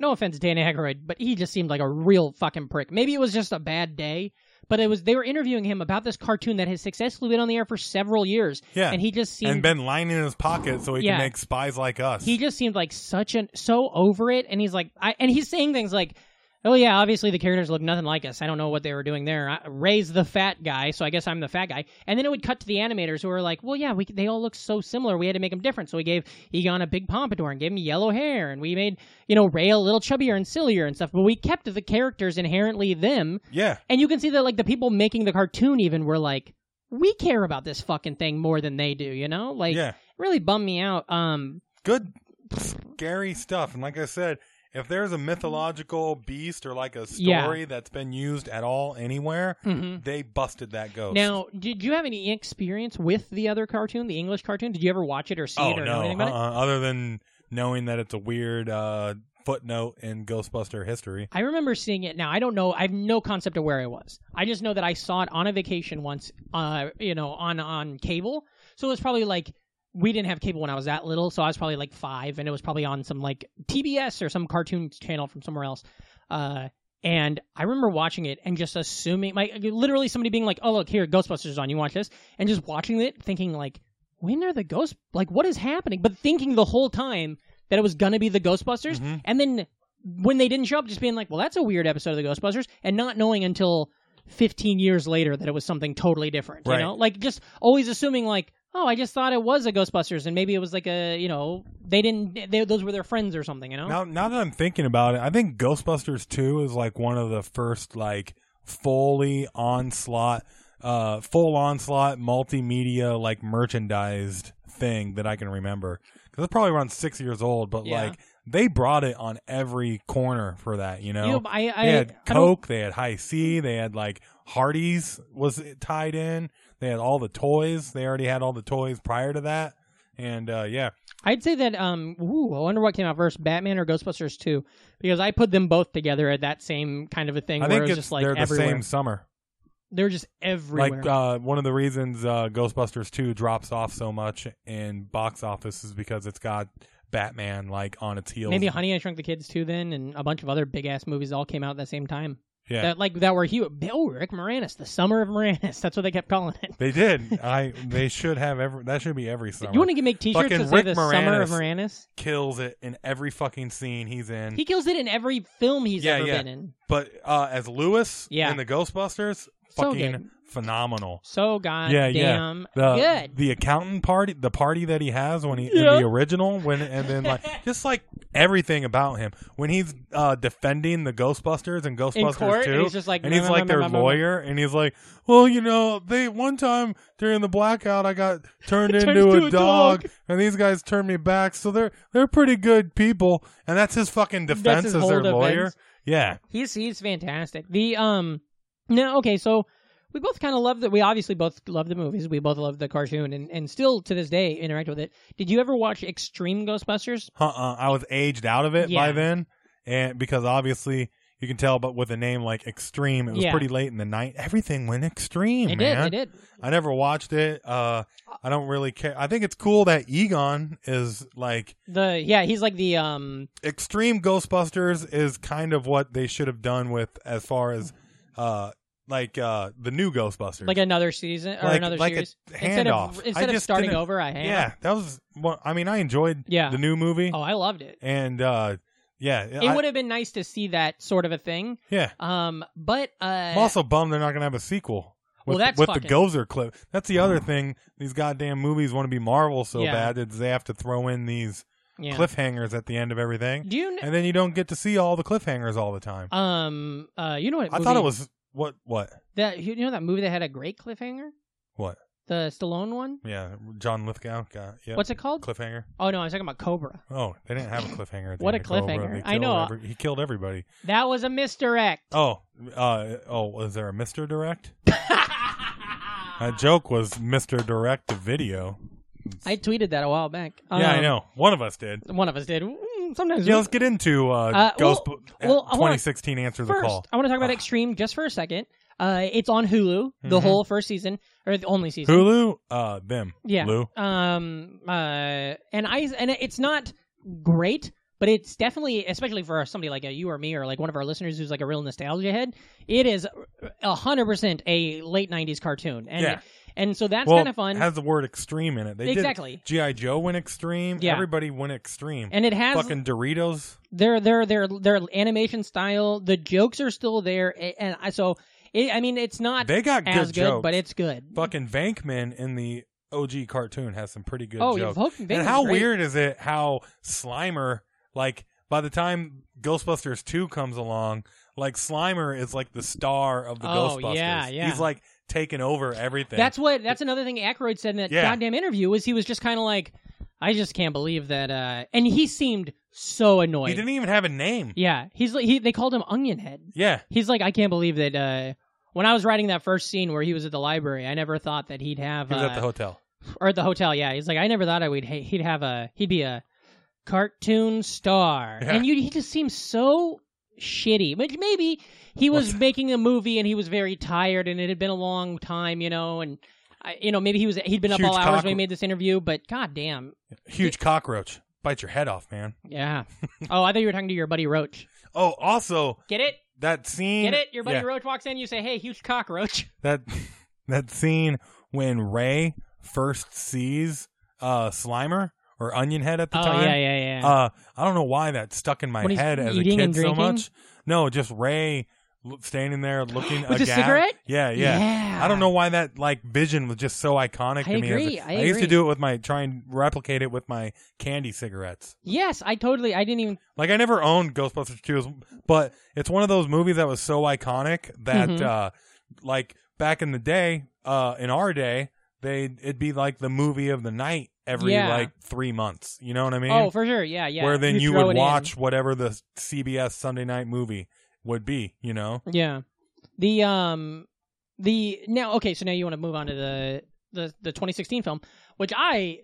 E: No offense, Dan Aykroyd, but he just seemed like a real fucking prick. Maybe it was just a bad day. But it was they were interviewing him about this cartoon that has successfully been on the air for several years.
F: Yeah.
E: and he just seemed
F: and been lining in his pocket so he
E: Yeah.
F: can make spies like us.
E: he just seemed like such an so over it and he's like I, and he's saying things like oh yeah obviously the characters look nothing like us i don't know what they were doing there I, ray's the fat guy so i guess i'm the fat guy and then it would cut to the animators who were like well yeah we, they all look so similar we had to make them different so we gave egon a big pompadour and gave him yellow hair and we made you know ray a little chubbier and sillier and stuff but we kept the characters inherently them
F: yeah,
E: and you can see that like the people making the cartoon even were like we care about this fucking thing more than they do you know like
F: yeah,
E: really bummed me out um
F: good, scary stuff. And like I said, if there's a mythological beast or like a
E: Yeah.
F: story that's been used at all anywhere,
E: mhm.
F: they busted that ghost.
E: Now, did you have any experience with the other cartoon, the English cartoon? Did you ever watch it or see
F: oh
E: it or
F: no!
E: know anything
F: Uh-uh.
E: about it?
F: Other than knowing that it's a weird uh, footnote in Ghostbuster history,
E: I remember seeing it. Now, I don't know. I have no concept of where I was. I just know that I saw it on a vacation once, uh, you know, on on cable. So it was probably like we didn't have cable when I was that little, so I was probably like 5 and it was probably on some like TBS or some cartoon channel from somewhere else. Uh and I remember watching it and just assuming, like, literally somebody being like, "Oh, look here, Ghostbusters is on. You watch this," and just watching it, thinking like, "When are the ghosts? Like, what is happening?" But thinking the whole time that it was gonna be the Ghostbusters,
F: Mhm.
E: and then when they didn't show up, just being like, "Well, that's a weird episode of the Ghostbusters," and not knowing until 15 years later that it was something totally different.
F: Right.
E: You know, like just always assuming like. Oh, I just thought it was a Ghostbusters, and maybe it was like a, you know, they didn't, they, those were their friends or something, you know?
F: now now that I'm thinking about it, I think Ghostbusters Two is like one of the first like fully onslaught, uh, full onslaught multimedia like merchandised thing that I can remember because it's probably around six years old, but
E: Yeah.
F: like they brought it on every corner for that, you know.
E: You know, I, I,
F: they had
E: I don't-
F: Coke, they had High C, they had like Hardee's was tied in. They had all the toys. They already had all the toys prior to that. And uh, yeah,
E: I'd say that um ooh, I wonder what came out first, Batman or Ghostbusters 2 because I put them both together at that same kind of a thing
F: I
E: where
F: think
E: it was
F: it's,
E: just like
F: they're
E: everywhere.
F: the same summer.
E: They're just everywhere.
F: Like uh, one of the reasons uh, Ghostbusters Two drops off so much in box office is because it's got Batman like on its heels.
E: Maybe Honey I Shrunk the Kids too then and a bunch of other big ass movies all came out at the same time.
F: Yeah.
E: That like that were huge. Oh, Rick Moranis, the summer of Moranis. That's what they kept calling it.
F: They did. I. They should have every. That should be every summer.
E: You want to make T-shirts
F: Fucking
E: that say
F: Rick
E: the summer of
F: Moranis.
E: Moranis?
F: kills it in every fucking scene he's in.
E: He kills it in every film he's
F: Yeah,
E: ever
F: yeah.
E: been in.
F: but uh, as Lewis
E: Yeah.
F: in the Ghostbusters,
E: So
F: fucking
E: good.
F: phenomenal.
E: So
F: yeah,
E: goddamn
F: yeah. The
E: good.
F: the accountant party, the party that he has when he in
E: Yeah.
F: the original when and then like just like everything about him when he's uh, defending the Ghostbusters and Ghostbusters
E: court,
F: too,
E: and he's just like,
F: and
E: "No,
F: he's
E: no, no,
F: like
E: no,
F: their
E: no, no, no."
F: lawyer and he's like, well, you know, they one time during the blackout I got turned into, a, dog, and these guys turned me back, so they're they're pretty good people, and that's his fucking defense
E: his
F: as
E: whole
F: their
E: defense.
F: lawyer. Yeah,
E: He's he's fantastic. The um no okay so we both kind of love that. We obviously both love the movies. We both love the cartoon, and, and still to this day interact with it. Did you ever watch Extreme Ghostbusters?
F: uh-uh. I was aged out of it
E: Yeah.
F: by then, and because obviously you can tell, but with a name like Extreme, it was
E: Yeah.
F: pretty late in the night. Everything went extreme,
E: it
F: Oh, man.
E: did. It did.
F: I never watched it. Uh, I don't really care. I think it's cool that Egon is like
E: The yeah, he's like the um
F: Extreme Ghostbusters is kind of what they should have done with as far as uh like uh the new Ghostbusters.
E: like another season or
F: Like-
E: another
F: like a
E: series. Instead
F: handoff.
E: of
F: I
E: instead of
F: just
E: starting
F: didn't-
E: over, I hand.
F: yeah, that was. Well, I mean, I enjoyed
E: Yeah.
F: the new movie,
E: Oh, I loved it.
F: and uh, yeah,
E: it
F: I-
E: would have been nice to see that sort of a thing.
F: yeah.
E: Um, but uh,
F: I'm also bummed they're not going to have a sequel. With,
E: Well, that's
F: with
E: fucking-
F: the Gozer clip. That's the other thing. These goddamn movies want to be Marvel so
E: Yeah.
F: bad that they have to throw in these
E: yeah.
F: cliffhangers at the end of everything,
E: Do you kn-
F: and then you don't get to see all the cliffhangers all the time.
E: um uh you know what?
F: I
E: movie-
F: thought it was what what
E: that you know that movie that had a great cliffhanger,
F: what
E: the Stallone one.
F: yeah John Lithgow got yeah
E: What's it called?
F: cliffhanger.
E: oh no, I was talking about Cobra.
F: Oh, they didn't have a cliffhanger. At the
E: What a
F: end of Cobra.
E: cliffhanger.
F: They
E: I
F: killed
E: know.
F: every- he killed everybody.
E: That was a misdirect.
F: Oh, uh, oh, was there a Mister Direct?
E: Ah.
F: That joke was Mister Direct to video.
E: I tweeted that a while back.
F: yeah, I
E: Um,
F: know. One of us did.
E: One of us did. Mm, Sometimes
F: Yeah,
E: we-
F: let's get into uh,
E: Uh,
F: Ghost
E: well-
F: uh,
E: well, I wanna-
F: 2016 Answer the
E: first,
F: Call.
E: I want to talk about
F: Ah.
E: Extreme just for a second. Uh, it's on Hulu, the
F: Mhm.
E: whole first season or the only season.
F: Hulu? Uh, them.
E: Yeah.
F: Lou.
E: Um. Uh. And I and it's not great, but it's definitely, especially for somebody like uh you or me or like one of our listeners who's like a real nostalgia head, it is a hundred percent a late '90s cartoon, and
F: Yeah.
E: and so that's
F: well,
E: kind of fun.
F: has the word extreme in it. They
E: Exactly.
F: Did, G.I. Joe went extreme.
E: Yeah.
F: Everybody went extreme.
E: and it has
F: Fucking Doritos.
E: their their their their animation style. The jokes are still there, a- and I, so it, I mean, it's not
F: They got good
E: as good,
F: jokes.
E: but it's good.
F: Fucking Vankman in the OG cartoon has some pretty good
E: oh,
F: jokes.
E: Hulk
F: and how weird is it how Slimer, like, by the time Ghostbusters 2 comes along, like, Slimer is like the star of the
E: Oh,
F: Ghostbusters.
E: yeah, yeah.
F: He's like taken over everything.
E: That's what. That's another thing Aykroyd said in that
F: Yeah.
E: goddamn interview was he was just kind of like, I just can't believe that. uh And he seemed so annoyed.
F: he didn't e- even have a name.
E: Yeah, he's like he. They called him Onion Head.
F: Yeah.
E: He's like, I can't believe that. uh When I was writing that first scene where he was at the library, I never thought that he'd have
F: He was at the
E: uh,
F: hotel.
E: or at the hotel. Yeah, he's like, I never thought I would. ha- He'd have a. He'd be a cartoon star,
F: Yeah.
E: and you. He just seems so shitty. But maybe he was
F: What's-
E: making a movie and he was very tired, and it had been a long time, you know, and. I, you know, maybe he was he'd been up
F: Huge
E: all hours
F: cock-
E: when he made this interview, but goddamn,
F: Huge cockroach. Bite your head off, man.
E: yeah. oh, I thought you were talking to your buddy Roach.
F: Oh, also
E: Get it?
F: that scene.
E: Get it? Your buddy
F: yeah,
E: Roach walks in, you say, "Hey, huge cockroach."
F: That that scene when Ray first sees uh, Slimer or Onion Head at the
E: oh
F: time.
E: yeah, yeah, yeah.
F: Uh, I don't know why that stuck in my
E: When he's
F: head as a
E: eating
F: kid
E: and
F: so
E: drinking?
F: much. No, just Ray l- standing there looking
E: With a
F: aghast.
E: cigarette?
F: Yeah, Oh, yeah.
E: Yeah.
F: I don't know why that like vision was just so iconic
E: I
F: to me. as a-
E: agree, I
F: used to
E: agree.
F: do it with my try and replicate it with my candy cigarettes.
E: yes, I totally. I didn't even.
F: Like I never owned Ghostbusters 2, but it's one of those movies that was so iconic that
E: Mhm.
F: uh like back in the day, uh in our day, they it'd be like the movie of the night every
E: Yeah.
F: like 3 months. You know what I mean?
E: Oh, for sure. Yeah, yeah.
F: Where then you,
E: throw
F: would
E: it in.
F: watch whatever the CBS Sunday night movie would be, you know?
E: Yeah. The um the now okay so now you want to move on to the the, the 2016 film which I,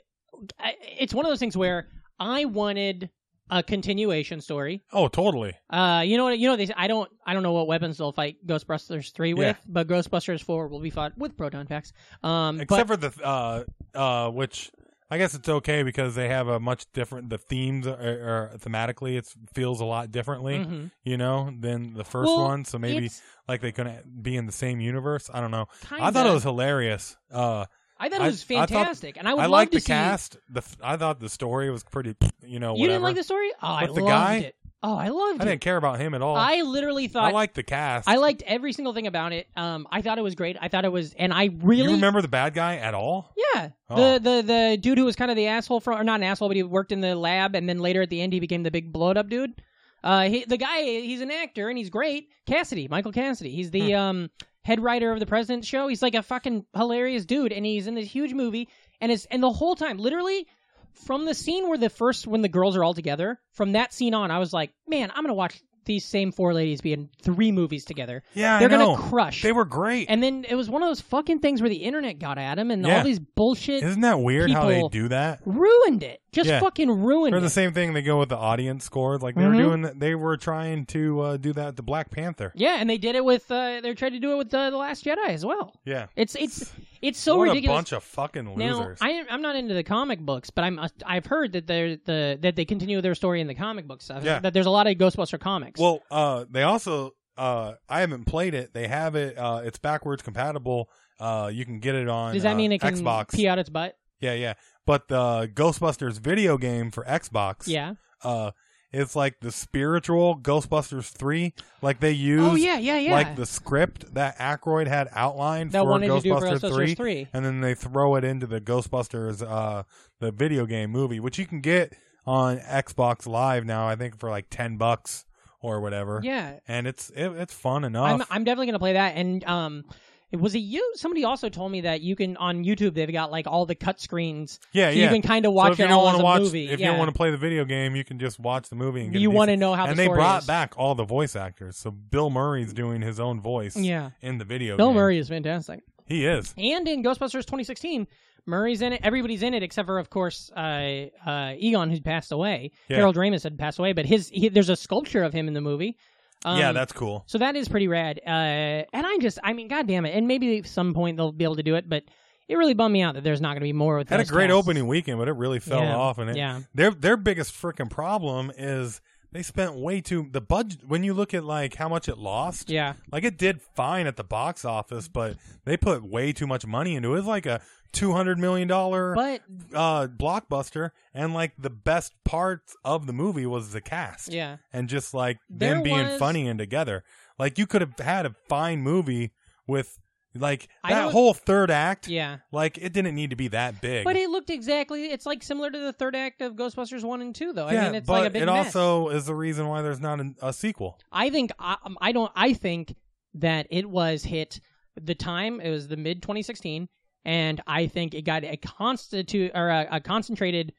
E: I it's one of those things where i wanted a continuation story
F: Oh, totally.
E: uh you know what you know they say- i don't i don't know what weapons they'll fight ghostbusters 3 with but ghostbusters 4 will be fought with proton packs um
F: Except for the uh uh, which I guess it's okay because they have a much different. The themes are, are thematically, it feels a lot differently,
E: Mhm.
F: you know, than the first
E: Well,
F: one. So maybe
E: it's
F: like they couldn't be in the same universe. I don't know. I
E: kinda-
F: thought it was hilarious. Uh,
E: I thought
F: I-
E: it was
F: I thought-
E: fantastic, and I would
F: I
E: love
F: liked
E: to
F: the
E: see-
F: cast. The f- I thought the story was pretty, you know, whatever.
E: You didn't like the story? Oh, I
F: With the
E: loved
F: guy?
E: it. Oh, I loved
F: I
E: it.
F: didn't care about him at all.
E: I literally
F: I
E: thought
F: liked the cast.
E: I liked every single thing about it. Um, I thought it was great. I thought it was, and I really
F: You remember the bad guy at all?
E: Yeah,
F: Oh.
E: the the the dude who was kind of the asshole from, or not an asshole, but he worked in the lab, and then later at the end he became the big blowed up dude. Uh, he, the guy, he's an actor and he's great. Cassidy, Michael Cassidy, he's the
F: Hmm.
E: um head writer of the President Show. He's like a fucking hilarious dude, and he's in this huge movie, and it's and the whole time, literally. From the scene where the first, when the girls are all together, from that scene on, I was like, man, I'm gonna watch these same four ladies be in three movies together.
F: Yeah, I
E: they're
F: know.
E: gonna crush.
F: They were great.
E: And then it was one of those fucking things where the internet got at him and
F: Yeah.
E: all these bullshit
F: Isn't that weird how they
E: people-
F: do that?
E: ruined it. Just
F: Yeah.
E: fucking ruined
F: Or the
E: it.
F: same thing they go with the audience score. Like they were
E: Mhm.
F: doing, that- they were trying to uh, do that to Black Panther.
E: Yeah, and they did it with uh they tried to do it with uh, the Last Jedi as well.
F: Yeah,
E: It's it's it's so
F: what
E: ridiculous.
F: a bunch of fucking
E: now
F: losers.
E: I, I'm not into the comic books, but I'm uh, I've heard that they're the that they continue their story in the comic book stuff.
F: Yeah.
E: That there's a lot of Ghostbuster comics.
F: well, uh, they also, uh, I haven't played it. They have it. Uh, it's backwards compatible. Uh, you can get it on.
E: does that
F: uh,
E: mean it can
F: Xbox?
E: pee out its butt?
F: yeah, yeah. But the Ghostbusters video game for Xbox.
E: Yeah.
F: Uh, it's like the spiritual Ghostbusters three. Like they use.
E: Oh yeah, yeah, yeah.
F: like the script that Aykroyd had outlined
E: that
F: for
E: wanted to do
F: Ghostbusters
E: Ghostbusters
F: 3,
E: 3.
F: and then they throw it into the Ghostbusters uh the video game movie, which you can get on Xbox Live now, I think for like 10 bucks or whatever.
E: Yeah.
F: And it's it, it's fun enough.
E: I'm, I'm definitely gonna play that. And um, it was a you. Somebody also told me that you can on YouTube they've got like all the cut screens.
F: yeah,
E: So
F: yeah.
E: you can kind of
F: so
E: watch
F: if you
E: it
F: don't
E: all
F: wanna
E: as a
F: watch
E: movie.
F: if
E: yeah.
F: you don't want to play the video game, you can just watch the movie and get a
E: you want to
F: decent-
E: know how
F: And
E: the
F: they
E: story
F: brought
E: is.
F: back all the voice actors. So Bill Murray's doing his own voice
E: Yeah,
F: in the video
E: Bill
F: game.
E: Murray is fantastic,
F: He is.
E: and in Ghostbusters 2016, Murray's in it. Everybody's in it except for, of course, uh, uh, Egon, who passed away.
F: Yeah.
E: Harold Ramis had passed away, but his he, there's a sculpture of him in the movie. Um,
F: yeah, that's cool.
E: So that is pretty rad. Uh, and I just, I mean, god damn it. And maybe at some point they'll be able to do it, but it really bummed me out that there's not going to be more with
F: Had a
E: those
F: great
E: casts.
F: opening weekend, but it really fell
E: Yeah,
F: off and it
E: Yeah.
F: their their biggest freaking problem is they spent way too the budget when you look at like how much it lost
E: Yeah.
F: like it did fine at the box office but they put way too much money into it it was like a 200 million dollar
E: But
F: uh blockbuster and like the best parts of the movie was the cast
E: yeah.
F: and just like
E: There
F: them being
E: was-
F: funny and together like you could have had a fine movie with like
E: I
F: that
E: don't-
F: whole third act
E: Yeah.
F: like it didn't need to be that big
E: But it looked exactly it's like similar to the third act of Ghostbusters 1 and 2 though. I mean, it's
F: but
E: like a big
F: it
E: mess.
F: also is the reason why there's not an, a sequel.
E: I think I, um, I don't I think that it was hit the time it was the mid 2016 and I think it got a constitute or a, a concentrated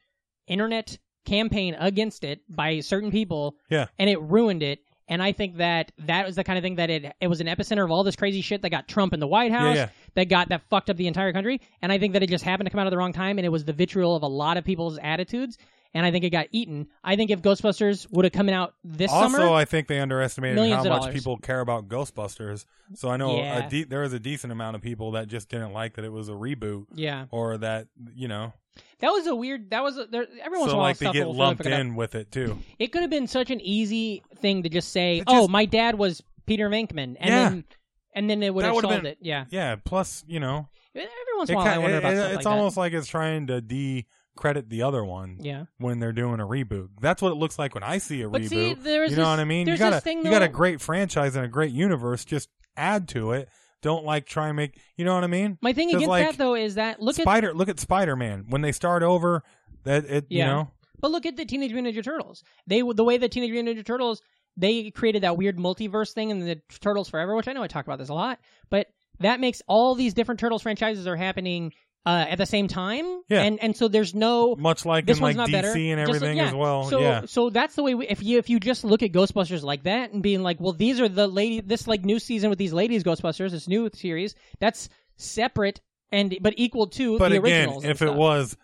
E: internet campaign against it by certain people
F: Yeah.
E: and it ruined it and I think that that was the kind of thing that it it was an epicenter of all this crazy shit that got Trump in the White House
F: yeah.
E: that got that fucked up the entire country and I think that it just happened to come out at the wrong time and it was the vitriol of a lot of people's attitudes and I think it got eaten. I think if Ghostbusters would have come out this
F: also,
E: summer
F: I think they underestimated
E: Millions
F: how
E: of
F: much
E: dollars.
F: people care about Ghostbusters. So I know
E: Yeah.
F: a de- there is a decent amount of people that just didn't like that it was a reboot
E: yeah.
F: or that you know.
E: That was a weird. That was a, there. Every once
F: So
E: in a while,
F: like they
E: stuff
F: get
E: will
F: lumped
E: fuck it up.
F: in with it too.
E: It could have been such an easy thing to just say,
F: It
E: "Oh,
F: just-
E: my dad was Peter Venkman," and
F: Yeah.
E: then and then it would
F: That
E: have
F: would've
E: solved
F: been-
E: it. Yeah.
F: Yeah. Plus, you know,
E: Every once
F: it
E: in a while, I
F: ki-
E: wonder
F: it-
E: about
F: it-
E: stuff
F: it's
E: like
F: almost like it's trying to de credit the other one
E: that. Yeah.
F: when they're doing a reboot. That's what it looks like when I see a
E: But
F: reboot.
E: see, there's
F: you know
E: this,
F: what I mean? You
E: There's
F: got
E: this
F: a
E: thing
F: you got a
E: though-
F: great franchise and a great universe. Just add to it. Don't like try and make. You know what I mean?
E: My thing
F: 'cause,
E: against
F: like,
E: that though is that look at
F: Spider. look at Spider Man when they start over. That it you
E: Yeah.
F: know
E: but look at the Teenage Mutant Ninja Turtles. They the way the Teenage Mutant Ninja Turtles they created that weird multiverse thing in the Turtles Forever, which I know I talk about this a lot, but that makes all these different Turtles franchises are happening uh, at the same time.
F: Yeah.
E: And and so there's no
F: Much like
E: this
F: in like
E: one's
F: DC
E: not better.
F: and
E: Just-
F: everything
E: yeah.
F: as well.
E: So
F: yeah.
E: so that's the way we, if you if you just look at Ghostbusters like that and being like, well, these are the lady this like new season with these ladies Ghostbusters, this new series that's separate and but equal to
F: But
E: the
F: again,
E: originals. and
F: if it
E: stuff.
F: was,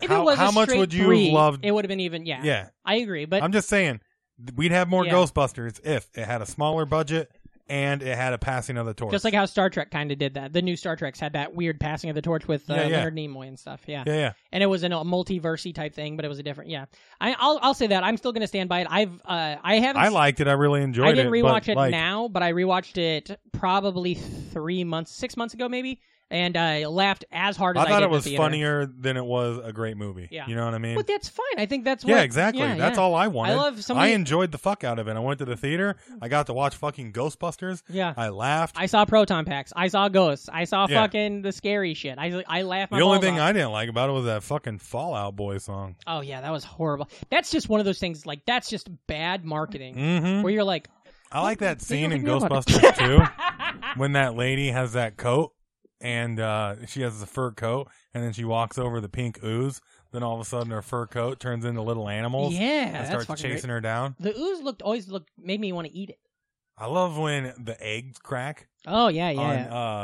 E: if
F: how,
E: it was a
F: how much
E: straight
F: would you
E: three,
F: have loved?
E: It would have been even. Yeah.
F: yeah.
E: I agree. But
F: I'm just saying, th- we'd have more
E: Yeah.
F: Ghostbusters if it had a smaller budget and it had a passing of the torch.
E: just like how Star Trek kind of did that, the new Star Trek's had that weird passing of the torch with uh,
F: Yeah, yeah.
E: Leonard Nimoy and stuff.
F: yeah, yeah.
E: and it was in a multiversey type thing, but it was a different. Yeah, I, I'll I'll say that I'm still going to stand by it. I've uh, I haven't.
F: I liked it. I really enjoyed
E: I didn't
F: it.
E: rewatch
F: but,
E: it
F: like,
E: now, but I rewatched it probably three months, six months ago, maybe, and I laughed as hard as
F: I
E: I,
F: thought
E: did
F: it
E: in the
F: was
E: theater.
F: funnier than it was a great movie.
E: Yeah.
F: You know what I mean?
E: But that's fine. I think that's what,
F: yeah, exactly.
E: yeah,
F: That's
E: yeah.
F: all I wanted.
E: I love somebody-
F: I enjoyed the fuck out of it. I went to the theater. I got to watch fucking Ghostbusters.
E: Yeah.
F: I laughed.
E: I saw proton packs. I saw ghosts. I saw
F: Yeah.
E: fucking the scary shit. I I laughed. My
F: the only
E: balls
F: thing
E: off.
F: I didn't like about it was that fucking Fallout Boy song.
E: Oh yeah, that was horrible. That's just one of those things. Like that's just bad marketing.
F: hmm
E: Where you're like,
F: I like that scene in
E: think about
F: Ghostbusters too, when that lady has that coat and uh, she has the fur coat, and then she walks over the pink ooze. Then all of a sudden, her fur coat turns into little animals.
E: yeah,
F: and
E: that's
F: starts
E: fucking
F: chasing
E: great.
F: her down.
E: The ooze looked always looked made me want to eat it.
F: I love when the eggs crack
E: Oh yeah, yeah.
F: on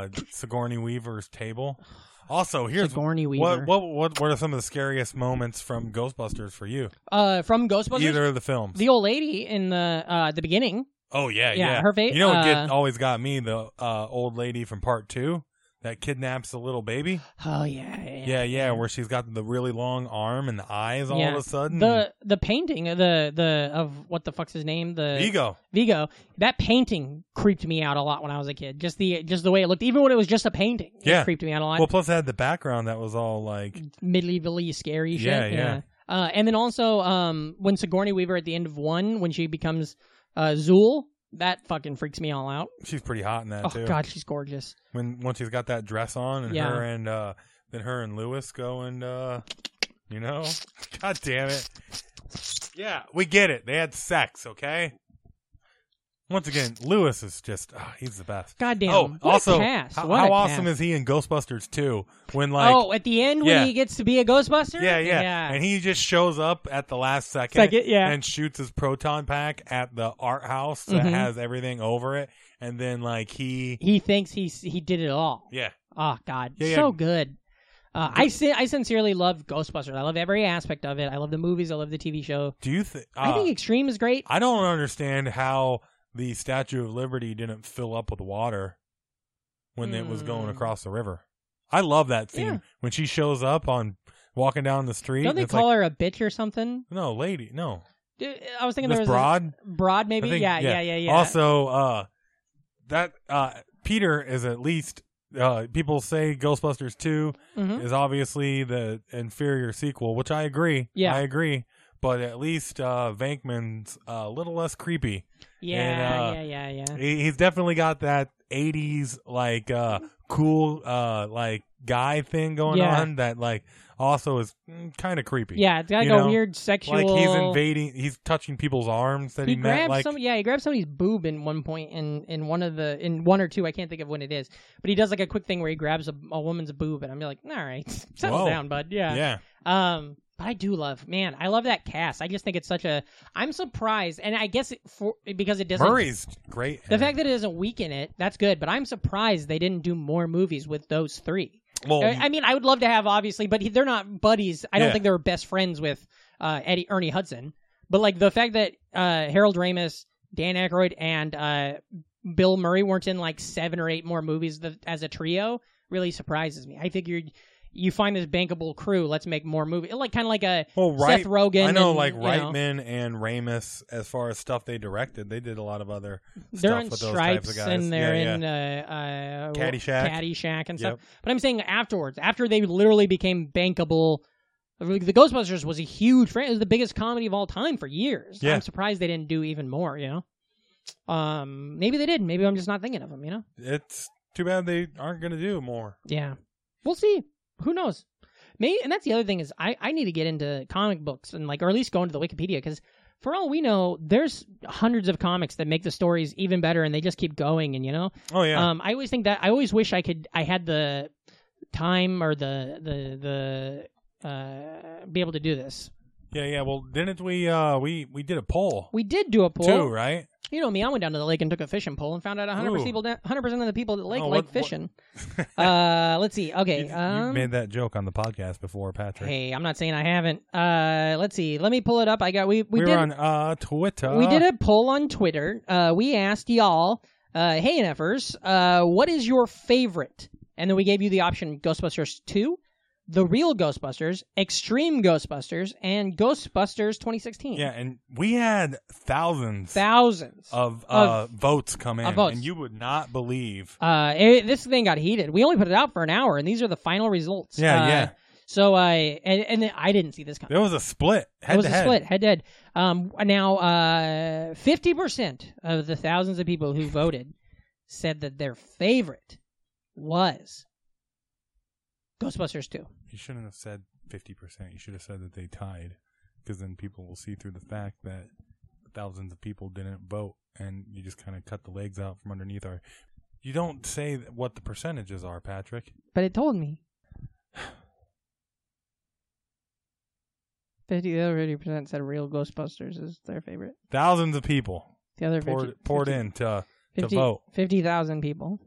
F: uh, Sigourney Weaver's table. Also, here's
E: Sigourney Weaver.
F: what, what what what are some of the scariest moments from Ghostbusters for you?
E: uh, from Ghostbusters,
F: Either of the films.
E: the old lady in the uh, the beginning.
F: oh yeah,
E: yeah,
F: yeah.
E: her face-
F: You know what
E: uh,
F: get, always got me the uh, old lady from Part Two that kidnaps the little baby.
E: Oh yeah, yeah.
F: Yeah, yeah, where she's got the really long arm and the eyes all
E: Yeah.
F: of a sudden.
E: The the painting of the the of what the fuck's his name the
F: ego.
E: Vigo that painting creeped me out a lot when I was a kid just the just the way it looked even when it was just a painting it
F: Yeah.
E: creeped me out a lot
F: Well, plus it had the background that was all like,
E: medievally scary shit.
F: Yeah,
E: Yeah,
F: yeah.
E: Uh, and then also, um, when Sigourney Weaver at the end of one, when she becomes uh, Zool, that fucking freaks me all out.
F: she's pretty hot in that
E: Oh
F: too.
E: god, she's gorgeous.
F: When once she's got that dress on, and
E: Yeah.
F: her and uh, then her and Lewis go and uh, you know, god damn it. Yeah, we get it. They had sex, okay. Once again, Lewis is just—he's the best.
E: God damn.
F: Oh,
E: What a
F: also,
E: cast.
F: how,
E: What
F: how
E: a
F: awesome
E: cast.
F: is he in Ghostbusters 2? When like,
E: oh, at the end when
F: Yeah.
E: he gets to be a Ghostbuster.
F: Yeah, yeah,
E: yeah.
F: And he just shows up at the last second,
E: Second, yeah.
F: and shoots his proton pack at the art house that
E: Mhm.
F: has everything over it, and then like he,
E: He thinks he's he did it all.
F: yeah,
E: Oh God,
F: Yeah,
E: so
F: yeah.
E: good. Uh, I sin- I sincerely love Ghostbusters. I love every aspect of it. I love the movies. I love the TV show.
F: do you think? Uh,
E: I think Extreme is great.
F: I don't understand how the Statue of Liberty didn't fill up with water when it was going
E: Hmm.
F: across the river. I love that scene
E: Yeah.
F: when she shows up on walking down the street.
E: Don't
F: and
E: they
F: it's
E: call
F: like,
E: her a bitch or something?
F: No, lady, no.
E: Dude, I was thinking
F: Miss
E: there was a-
F: Broad.
E: Broad, maybe.
F: I think-
E: yeah, yeah, yeah, yeah.
F: Also, uh, that uh, Peter is at least uh, people say Ghostbusters 2
E: Mhm.
F: is obviously the inferior sequel, which I agree.
E: Yeah.
F: I agree. But at least uh, Vankman's a little less creepy.
E: yeah,
F: and,
E: yeah, yeah, yeah.
F: He, he's definitely got that '80s like uh, cool uh, like guy thing going
E: Yeah.
F: on that like also is kind of creepy.
E: Yeah, it's got like
F: you
E: a
F: know,
E: weird sexual.
F: Like he's invading, he's touching people's arms that
E: He
F: he, met.
E: grabbed
F: Like,
E: some. Yeah, he grabbed somebody's boob in one point, in in one of the in one or two. I can't think of when it is, but he does like a quick thing where he grabs a, a woman's boob, and I'm like, all right, settle
F: Whoa.
E: down, bud. Yeah.
F: yeah,
E: Um, but I do love, man, I love that cast. I just think it's such a. I'm surprised, and I guess it, for because it doesn't.
F: Murray's great.
E: The fact that it doesn't weaken it, that's good. But I'm surprised they didn't do more movies with those three.
F: well,
E: I I mean, I would love to have obviously, but he, they're not buddies. I don't
F: Yeah.
E: think they were best friends with uh, Eddie Ernie Hudson. But like the fact that uh, Harold Ramis, Dan Aykroyd, and uh, Bill Murray weren't in like seven or eight more movies th- as a trio really surprises me. I figured you find this bankable crew. Let's make more movies. Like kind of like a
F: Well, right.
E: Seth Rogen.
F: I know,
E: and,
F: like
E: you know,
F: Reitman and Ramus, as far as stuff they directed, they did a lot of other
E: They're
F: stuff
E: in
F: with those types
E: Stripes
F: of guys.
E: and they're
F: yeah,
E: in
F: yeah.
E: uh, uh,
F: Caddyshack.
E: Caddyshack and stuff. But I'm saying afterwards, after they literally became bankable, the Ghostbusters was a huge franchise. It was the biggest comedy of all time for years.
F: Yeah.
E: I'm surprised they didn't do even more, you know? Um, maybe they did. Maybe I'm just not thinking of them, you know?
F: Yep. It's too bad they aren't going to do more.
E: Yeah. We'll see. Who knows? Maybe, and that's the other thing is I, I need to get into comic books and like, or at least go into the Wikipedia because for all we know, there's hundreds of comics that make the stories even better and they just keep going and, you know?
F: Oh yeah,
E: Um, I always think that I always wish I could I had the time or the the the uh, be able to do this.
F: Yeah, yeah. Well, didn't we? Uh, we we did a poll
E: We did do a poll.
F: too, right?
E: You know me, I went down to the lake and took a fishing pole and found out 100%
F: Ooh.
E: people da- 100% of the people at the lake
F: Oh,
E: like
F: what- what-
E: fishing. uh, let's see. Okay.
F: You- you
E: um,
F: made that joke on the podcast before, Patrick.
E: hey, I'm not saying I haven't. Uh, let's see. Let me pull it up. I got we we,
F: we
E: did
F: were on uh, Twitter.
E: we did a poll on Twitter. Uh, we asked y'all, uh, hey NFers, uh, what is your favorite? And then we gave you the option Ghostbusters 2, The Real Ghostbusters, Extreme Ghostbusters, and Ghostbusters 2016.
F: Yeah, and we had thousands
E: Thousands.
F: of, uh,
E: of-
F: votes come in,
E: of votes.
F: and you would not believe.
E: Uh, it, this thing got heated. We only put it out for an hour, and these are the final results.
F: Yeah,
E: Uh,
F: yeah.
E: So I and, and then I didn't see this coming.
F: There was a split head
E: it was
F: to
E: a
F: head.
E: split head to head. Um, now uh, fifty percent of the thousands of people who voted said that their favorite was Ghostbusters Two.
F: You shouldn't have said fifty percent. You should have said that they tied, because then people will see through the fact that thousands of people didn't vote, and you just kind of cut the legs out from underneath our. You don't say th- what the percentages are, Patrick.
E: But it told me. 50 the other 50% said real Ghostbusters is their favorite.
F: Thousands of people
E: The other 50,
F: poured poured in to to
E: 50
F: vote.
E: 50,000 people.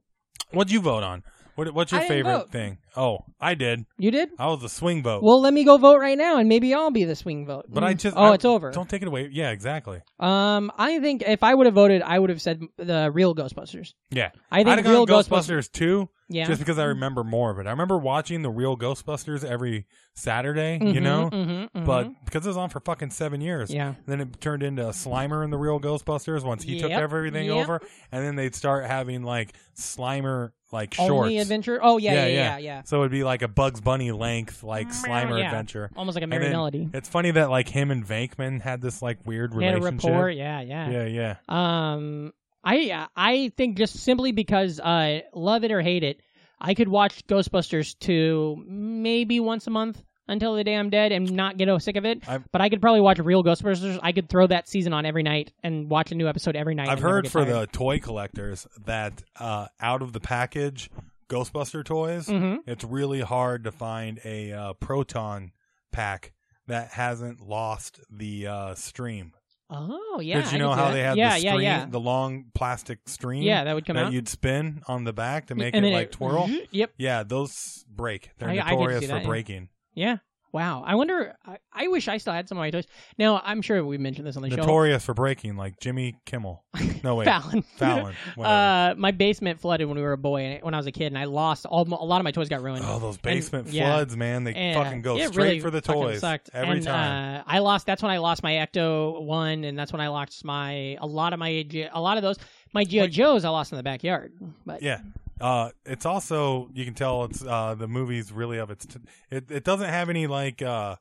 F: What'd you vote on? What, what's your
E: I didn't
F: favorite
E: vote.
F: thing? Oh, I did.
E: You did?
F: I was the swing vote.
E: Well, let me go vote right now, and maybe I'll be the swing vote.
F: but
E: Mm.
F: I just
E: oh,
F: I-
E: it's over.
F: Don't take it away. Yeah, exactly.
E: Um, I think if I would have voted, I would have said the real Ghostbusters.
F: Yeah,
E: I
F: I'd
E: think
F: have
E: real
F: gone
E: Ghostbusters.
F: Ghostbusters two.
E: Yeah, Mm-hmm.
F: just because I remember more of it. I remember watching the real Ghostbusters every Saturday, you
E: Mhm,
F: know,
E: mhm, mhm.
F: but because it was on for fucking seven years,
E: yeah,
F: then it turned into Slimer and the real Ghostbusters once he took
E: Yep,
F: everything
E: yep.
F: over, and then they'd start having like Slimer like shorts.
E: only adventure. Oh yeah, yeah,
F: Yeah,
E: yeah, yeah.
F: yeah. So it'd be like a Bugs Bunny length like
E: Meow,
F: Slimer
E: Ah, yeah.
F: adventure.
E: Almost like a
F: And
E: merry
F: then
E: melody.
F: It's funny that like him and Vankman had this like weird
E: They had a
F: relationship.
E: rapport. Yeah, yeah,
F: yeah, yeah.
E: Um, I I think just simply because I love it or hate it, I could watch Ghostbusters two maybe once a month until the day I'm dead and not get sick of it.
F: I've-
E: but I could probably watch real Ghostbusters. I could throw that season on every night and watch a new episode every night.
F: I've
E: and never
F: heard
E: get
F: for
E: tired.
F: the toy collectors that uh, out of the package Ghostbuster toys,
E: Mhm.
F: it's really hard to find a uh, proton pack that hasn't lost the uh, stream.
E: Oh yeah,
F: Because
E: I
F: you know
E: can see
F: how
E: that.
F: they had
E: yeah,
F: the stream,
E: yeah, yeah,
F: the long plastic stream
E: yeah. That would come
F: that
E: out.
F: you'd spin on the back to make
E: and
F: it
E: then
F: like twirl.
E: Yep.
F: yeah, those break. They're
E: I- I did see
F: notorious
E: that,
F: for
E: yeah.
F: breaking.
E: Yeah. Wow. I wonder. I, I wish I still had some of my toys. Now I'm sure we mentioned this on the show.
F: Notorious for breaking, like Jimmy Kimmel. No wait,
E: Fallon.
F: Fallon. whatever.
E: Uh, my basement flooded when we were a boy, and when I was a kid, and I lost all a lot of my toys got ruined.
F: oh, those basement
E: yeah.
F: floods, man! They
E: And, uh,
F: fucking go
E: it
F: straight
E: really
F: for the
E: fucking
F: toys
E: Sucked.
F: every
E: And,
F: time.
E: Uh, I lost. That's when I lost my Ecto one, and that's when I lost my a lot of my G- a lot of those my GI Joes I lost in the backyard. But
F: Yeah. Uh, it's also you can tell it's uh, the movie's really of its. T- it it doesn't have any like uh,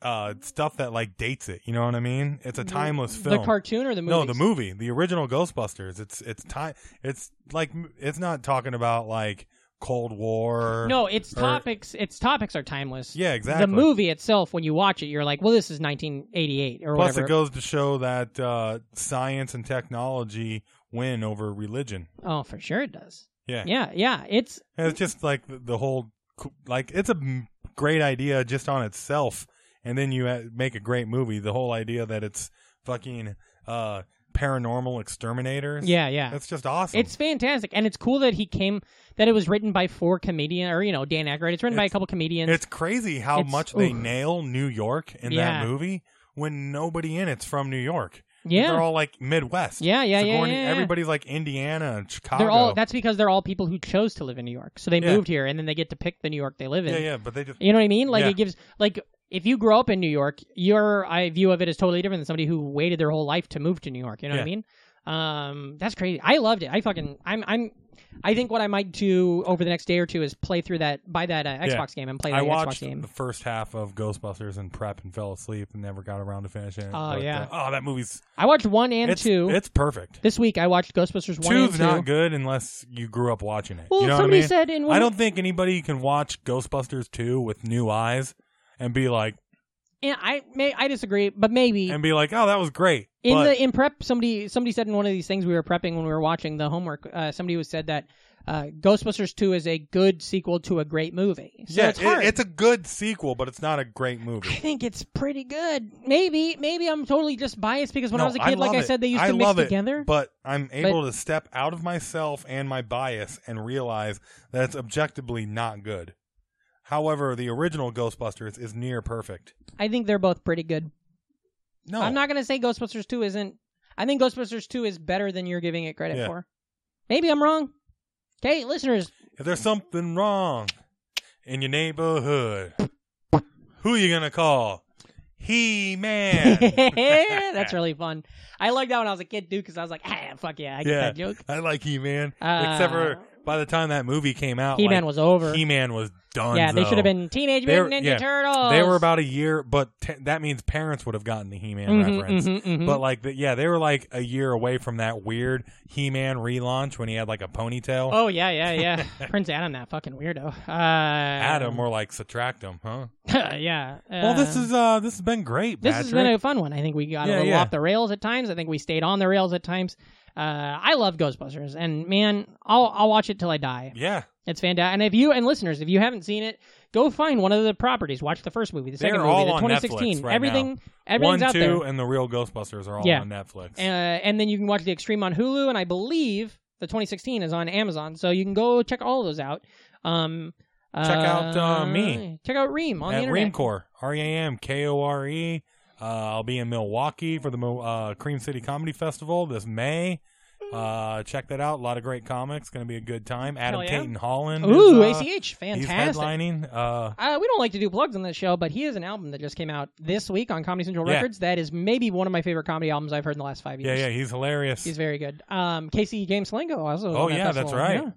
F: uh, stuff that like dates it. You know what I mean? It's a timeless film.
E: Mm-hmm. the cartoon or the movie?
F: no, the movie, the original Ghostbusters. It's it's time. It's like it's not talking about like Cold War.
E: No, its
F: or-
E: topics its topics are timeless.
F: Yeah, exactly.
E: The movie itself, when you watch it, you're like, well, this is 1988 or
F: Plus,
E: whatever.
F: it goes to show that uh, science and technology win over religion.
E: oh, for sure it does.
F: Yeah.
E: Yeah, yeah. It's
F: And it's just like the- the whole, co- like it's a m- great idea just on itself, and then you uh, make a great movie. The whole idea that it's fucking uh, paranormal exterminators.
E: yeah, yeah.
F: that's just awesome.
E: It's fantastic, and it's cool that he came. That it was written by four comedian, or you know, Dan Aykroyd. It's written by a
F: It's-
E: couple comedians.
F: it's crazy how
E: it's-
F: much they
E: oof.
F: nail New York in
E: Yeah.
F: that movie when nobody in it's from New York.
E: yeah,
F: they're all like Midwest.
E: yeah, yeah, yeah,
F: Sigourney-
E: yeah, yeah.
F: Everybody's like Indiana and Chicago.
E: They're all. That's because they're all people who chose to live in New York, so they
F: Yeah.
E: moved here, and then they get to pick the New York they live in.
F: yeah, yeah, but they just
E: You know what I mean? Like
F: Yeah.
E: it gives like. If you grow up in New York, your I view of it is totally different than somebody who waited their whole life to move to New York. You know what I
F: Yeah.
E: mean? Um, that's crazy. I loved it. I fucking I'm I'm I think what I might do over the next day or two is play through that buy that uh, Xbox game and play that
F: I
E: Xbox
F: watched
E: game.
F: the first half of Ghostbusters and prep and fell asleep and never got around to finishing it.
E: Oh,
F: But,
E: yeah.
F: uh, oh, that movie's
E: I watched one and
F: it's,
E: two.
F: It's perfect.
E: This week I watched Ghostbusters one and
F: Two's
E: two.
F: not good unless you grew up watching it.
E: Well,
F: you know what
E: somebody
F: I mean?
E: said in one.
F: I don't think anybody can watch Ghostbusters two with new eyes and be like
E: and I may I disagree, but maybe
F: and be like, oh, that was great.
E: in
F: but
E: the in prep somebody somebody said in one of these things we were prepping when we were watching the homework. Uh, somebody was said that uh, Ghostbusters 2 is a good sequel to a great movie. So
F: yeah,
E: it's hard.
F: It, it's a good sequel, but it's not a great movie.
E: I think it's pretty good. Maybe, maybe I'm totally just biased because when I
F: No,
E: was a kid, like
F: love
E: I
F: it.
E: said, they used
F: I
E: to mix
F: love it,
E: together.
F: but I'm able to step out of myself and my bias and realize that it's objectively not good. However, the original Ghostbusters is near perfect.
E: I think they're both pretty good.
F: No,
E: I'm not gonna say Ghostbusters 2 isn't. I think Ghostbusters 2 is better than you're giving it credit
F: Yeah.
E: for. Maybe I'm wrong. Okay, listeners,
F: If there's something wrong in your neighborhood, who you gonna call? He Man.
E: that's really fun. I liked that when I was a kid too, because I was like, ah, fuck yeah, I get
F: Yeah.
E: that joke.
F: I like He Man.
E: Uh,
F: Except for by the time that movie came out,
E: He Man was over.
F: He Man was done.
E: yeah, they should have been Teenage
F: They
E: Mutant
F: were-
E: Ninja
F: yeah.
E: Turtles.
F: They were about a year, but t- that means parents would have gotten the He Man
E: Mhm,
F: reference.
E: mhm, mhm.
F: But like, the, yeah, they were like a year away from that weird He Man relaunch when he had like a ponytail.
E: Oh yeah, yeah, yeah. Prince Adam, that fucking weirdo. Uh,
F: Adam, or like subtract him, huh?
E: yeah.
F: well, this
E: uh,
F: is uh, this has been great.
E: this has
F: Patrick.
E: been a fun one. I think we got a
F: Yeah,
E: little
F: yeah.
E: off the rails at times. I think we stayed on the rails at times. Uh, I love Ghostbusters, and man, I'll I'll watch it till I die.
F: yeah.
E: It's fantastic. And if you and listeners, if you haven't seen it, go find one of the properties. Watch the first movie, the
F: They're
E: second
F: all
E: movie, the
F: on
E: 2016.
F: Netflix right
E: everything, everything's
F: One,
E: out
F: two,
E: there.
F: and the real Ghostbusters are all
E: Yeah.
F: on Netflix.
E: Uh, and then you can watch the Extreme on Hulu, and I believe the 2016 is on Amazon, so you can go check all those out. Um,
F: Check out, uh, me.
E: Check out Reem on the
F: At
E: internet.
F: Reamcore, R E A M K O R E. Uh, I'll be in Milwaukee for the Mo- uh, Cream City Comedy Festival this May. Uh, check that out. A lot of great comics. Going to be a good time. Adam
E: Hell yeah.
F: Tate and Holland.
E: Ooh,
F: is, uh,
E: ACH,
F: He's
E: fantastic.
F: headlining. Uh,
E: Uh, we don't like to do plugs on this show, but he has an album that just came out this week on Comedy Central
F: Yeah.
E: Records. That is maybe one of my favorite comedy albums I've heard in the last five
F: yeah,
E: years.
F: yeah, he's hilarious.
E: He's very good. Um, Casey James Lingo also. was
F: Oh,
E: on that
F: yeah, that's
E: festival.
F: right.
E: Yeah.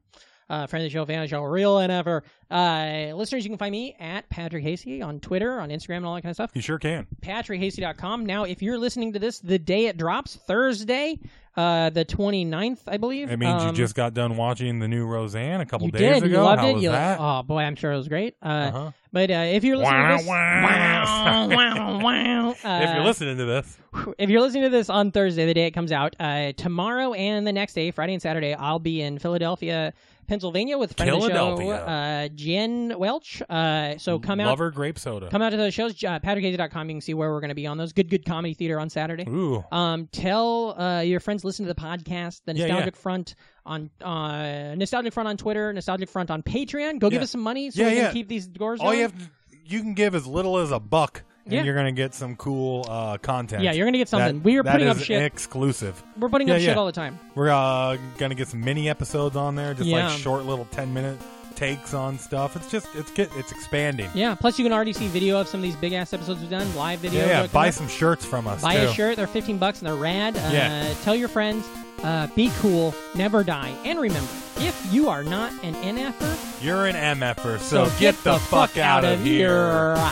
E: Uh, friend of the show, fan of the show, real and ever. Uh, listeners, you can find me at Patrick Hasty on Twitter, on Instagram, and all that kind of stuff.
F: you sure can.
E: PatrickHasty.com. Now, if you're listening to this the day it drops, Thursday, uh, the 29th, I believe.
F: It means
E: um,
F: you just got done watching the new Roseanne a couple
E: you
F: days
E: did.
F: ago.
E: You loved
F: How
E: it.
F: was
E: you
F: that?
E: oh boy, I'm sure it was great. Uh,
F: Uh-huh.
E: But uh, if you're listening to this,
F: Wow, wow.
E: wow, wow.
F: if
E: Uh,
F: you're listening to this,
E: if you're listening to this on Thursday, the day it comes out, uh, tomorrow and the next day, Friday and Saturday, I'll be in Philadelphia, Pennsylvania with friend of the show,
F: Philadelphia.
E: uh, Jen Welch. Uh, so come out,
F: Lover Grape Soda.
E: come out to those shows. Uh, PatrickHasey.com. You can see where we're going to be on those. Good, good comedy theater on Saturday.
F: Ooh,
E: Um, tell uh, your friends listen to the podcast, the
F: Yeah,
E: Nostalgic Front on uh, Nostalgic Front on Twitter, Nostalgic Front on Patreon. Go give
F: Yeah.
E: us some money so
F: Yeah,
E: we can
F: yeah.
E: keep these doors.
F: all you
E: going.
F: have to, you can give as little as a buck, and
E: Yeah.
F: you're gonna get some cool uh, content.
E: Yeah, you're gonna get
F: That-
E: something. we are
F: that
E: putting up
F: is
E: shit.
F: exclusive.
E: We're putting
F: Yeah,
E: up shit
F: yeah.
E: all the time.
F: We're uh, gonna get some mini episodes on there, just
E: Yeah.
F: like short little ten minute takes on stuff. It's just it's get it's expanding.
E: Yeah. Plus, you can already see video of some of these big ass episodes we've done, live video.
F: Yeah, yeah,
E: Go
F: buy
E: come
F: some shirts from us.
E: buy a
F: too.
E: shirt. They're 15 bucks and they're rad. Uh,
F: Yeah.
E: Tell your friends. Uh, be cool. Never die. And remember, if you are not an er, NFer,
F: You're an MFer, so, get, the, fuck, out, of here.
E: here.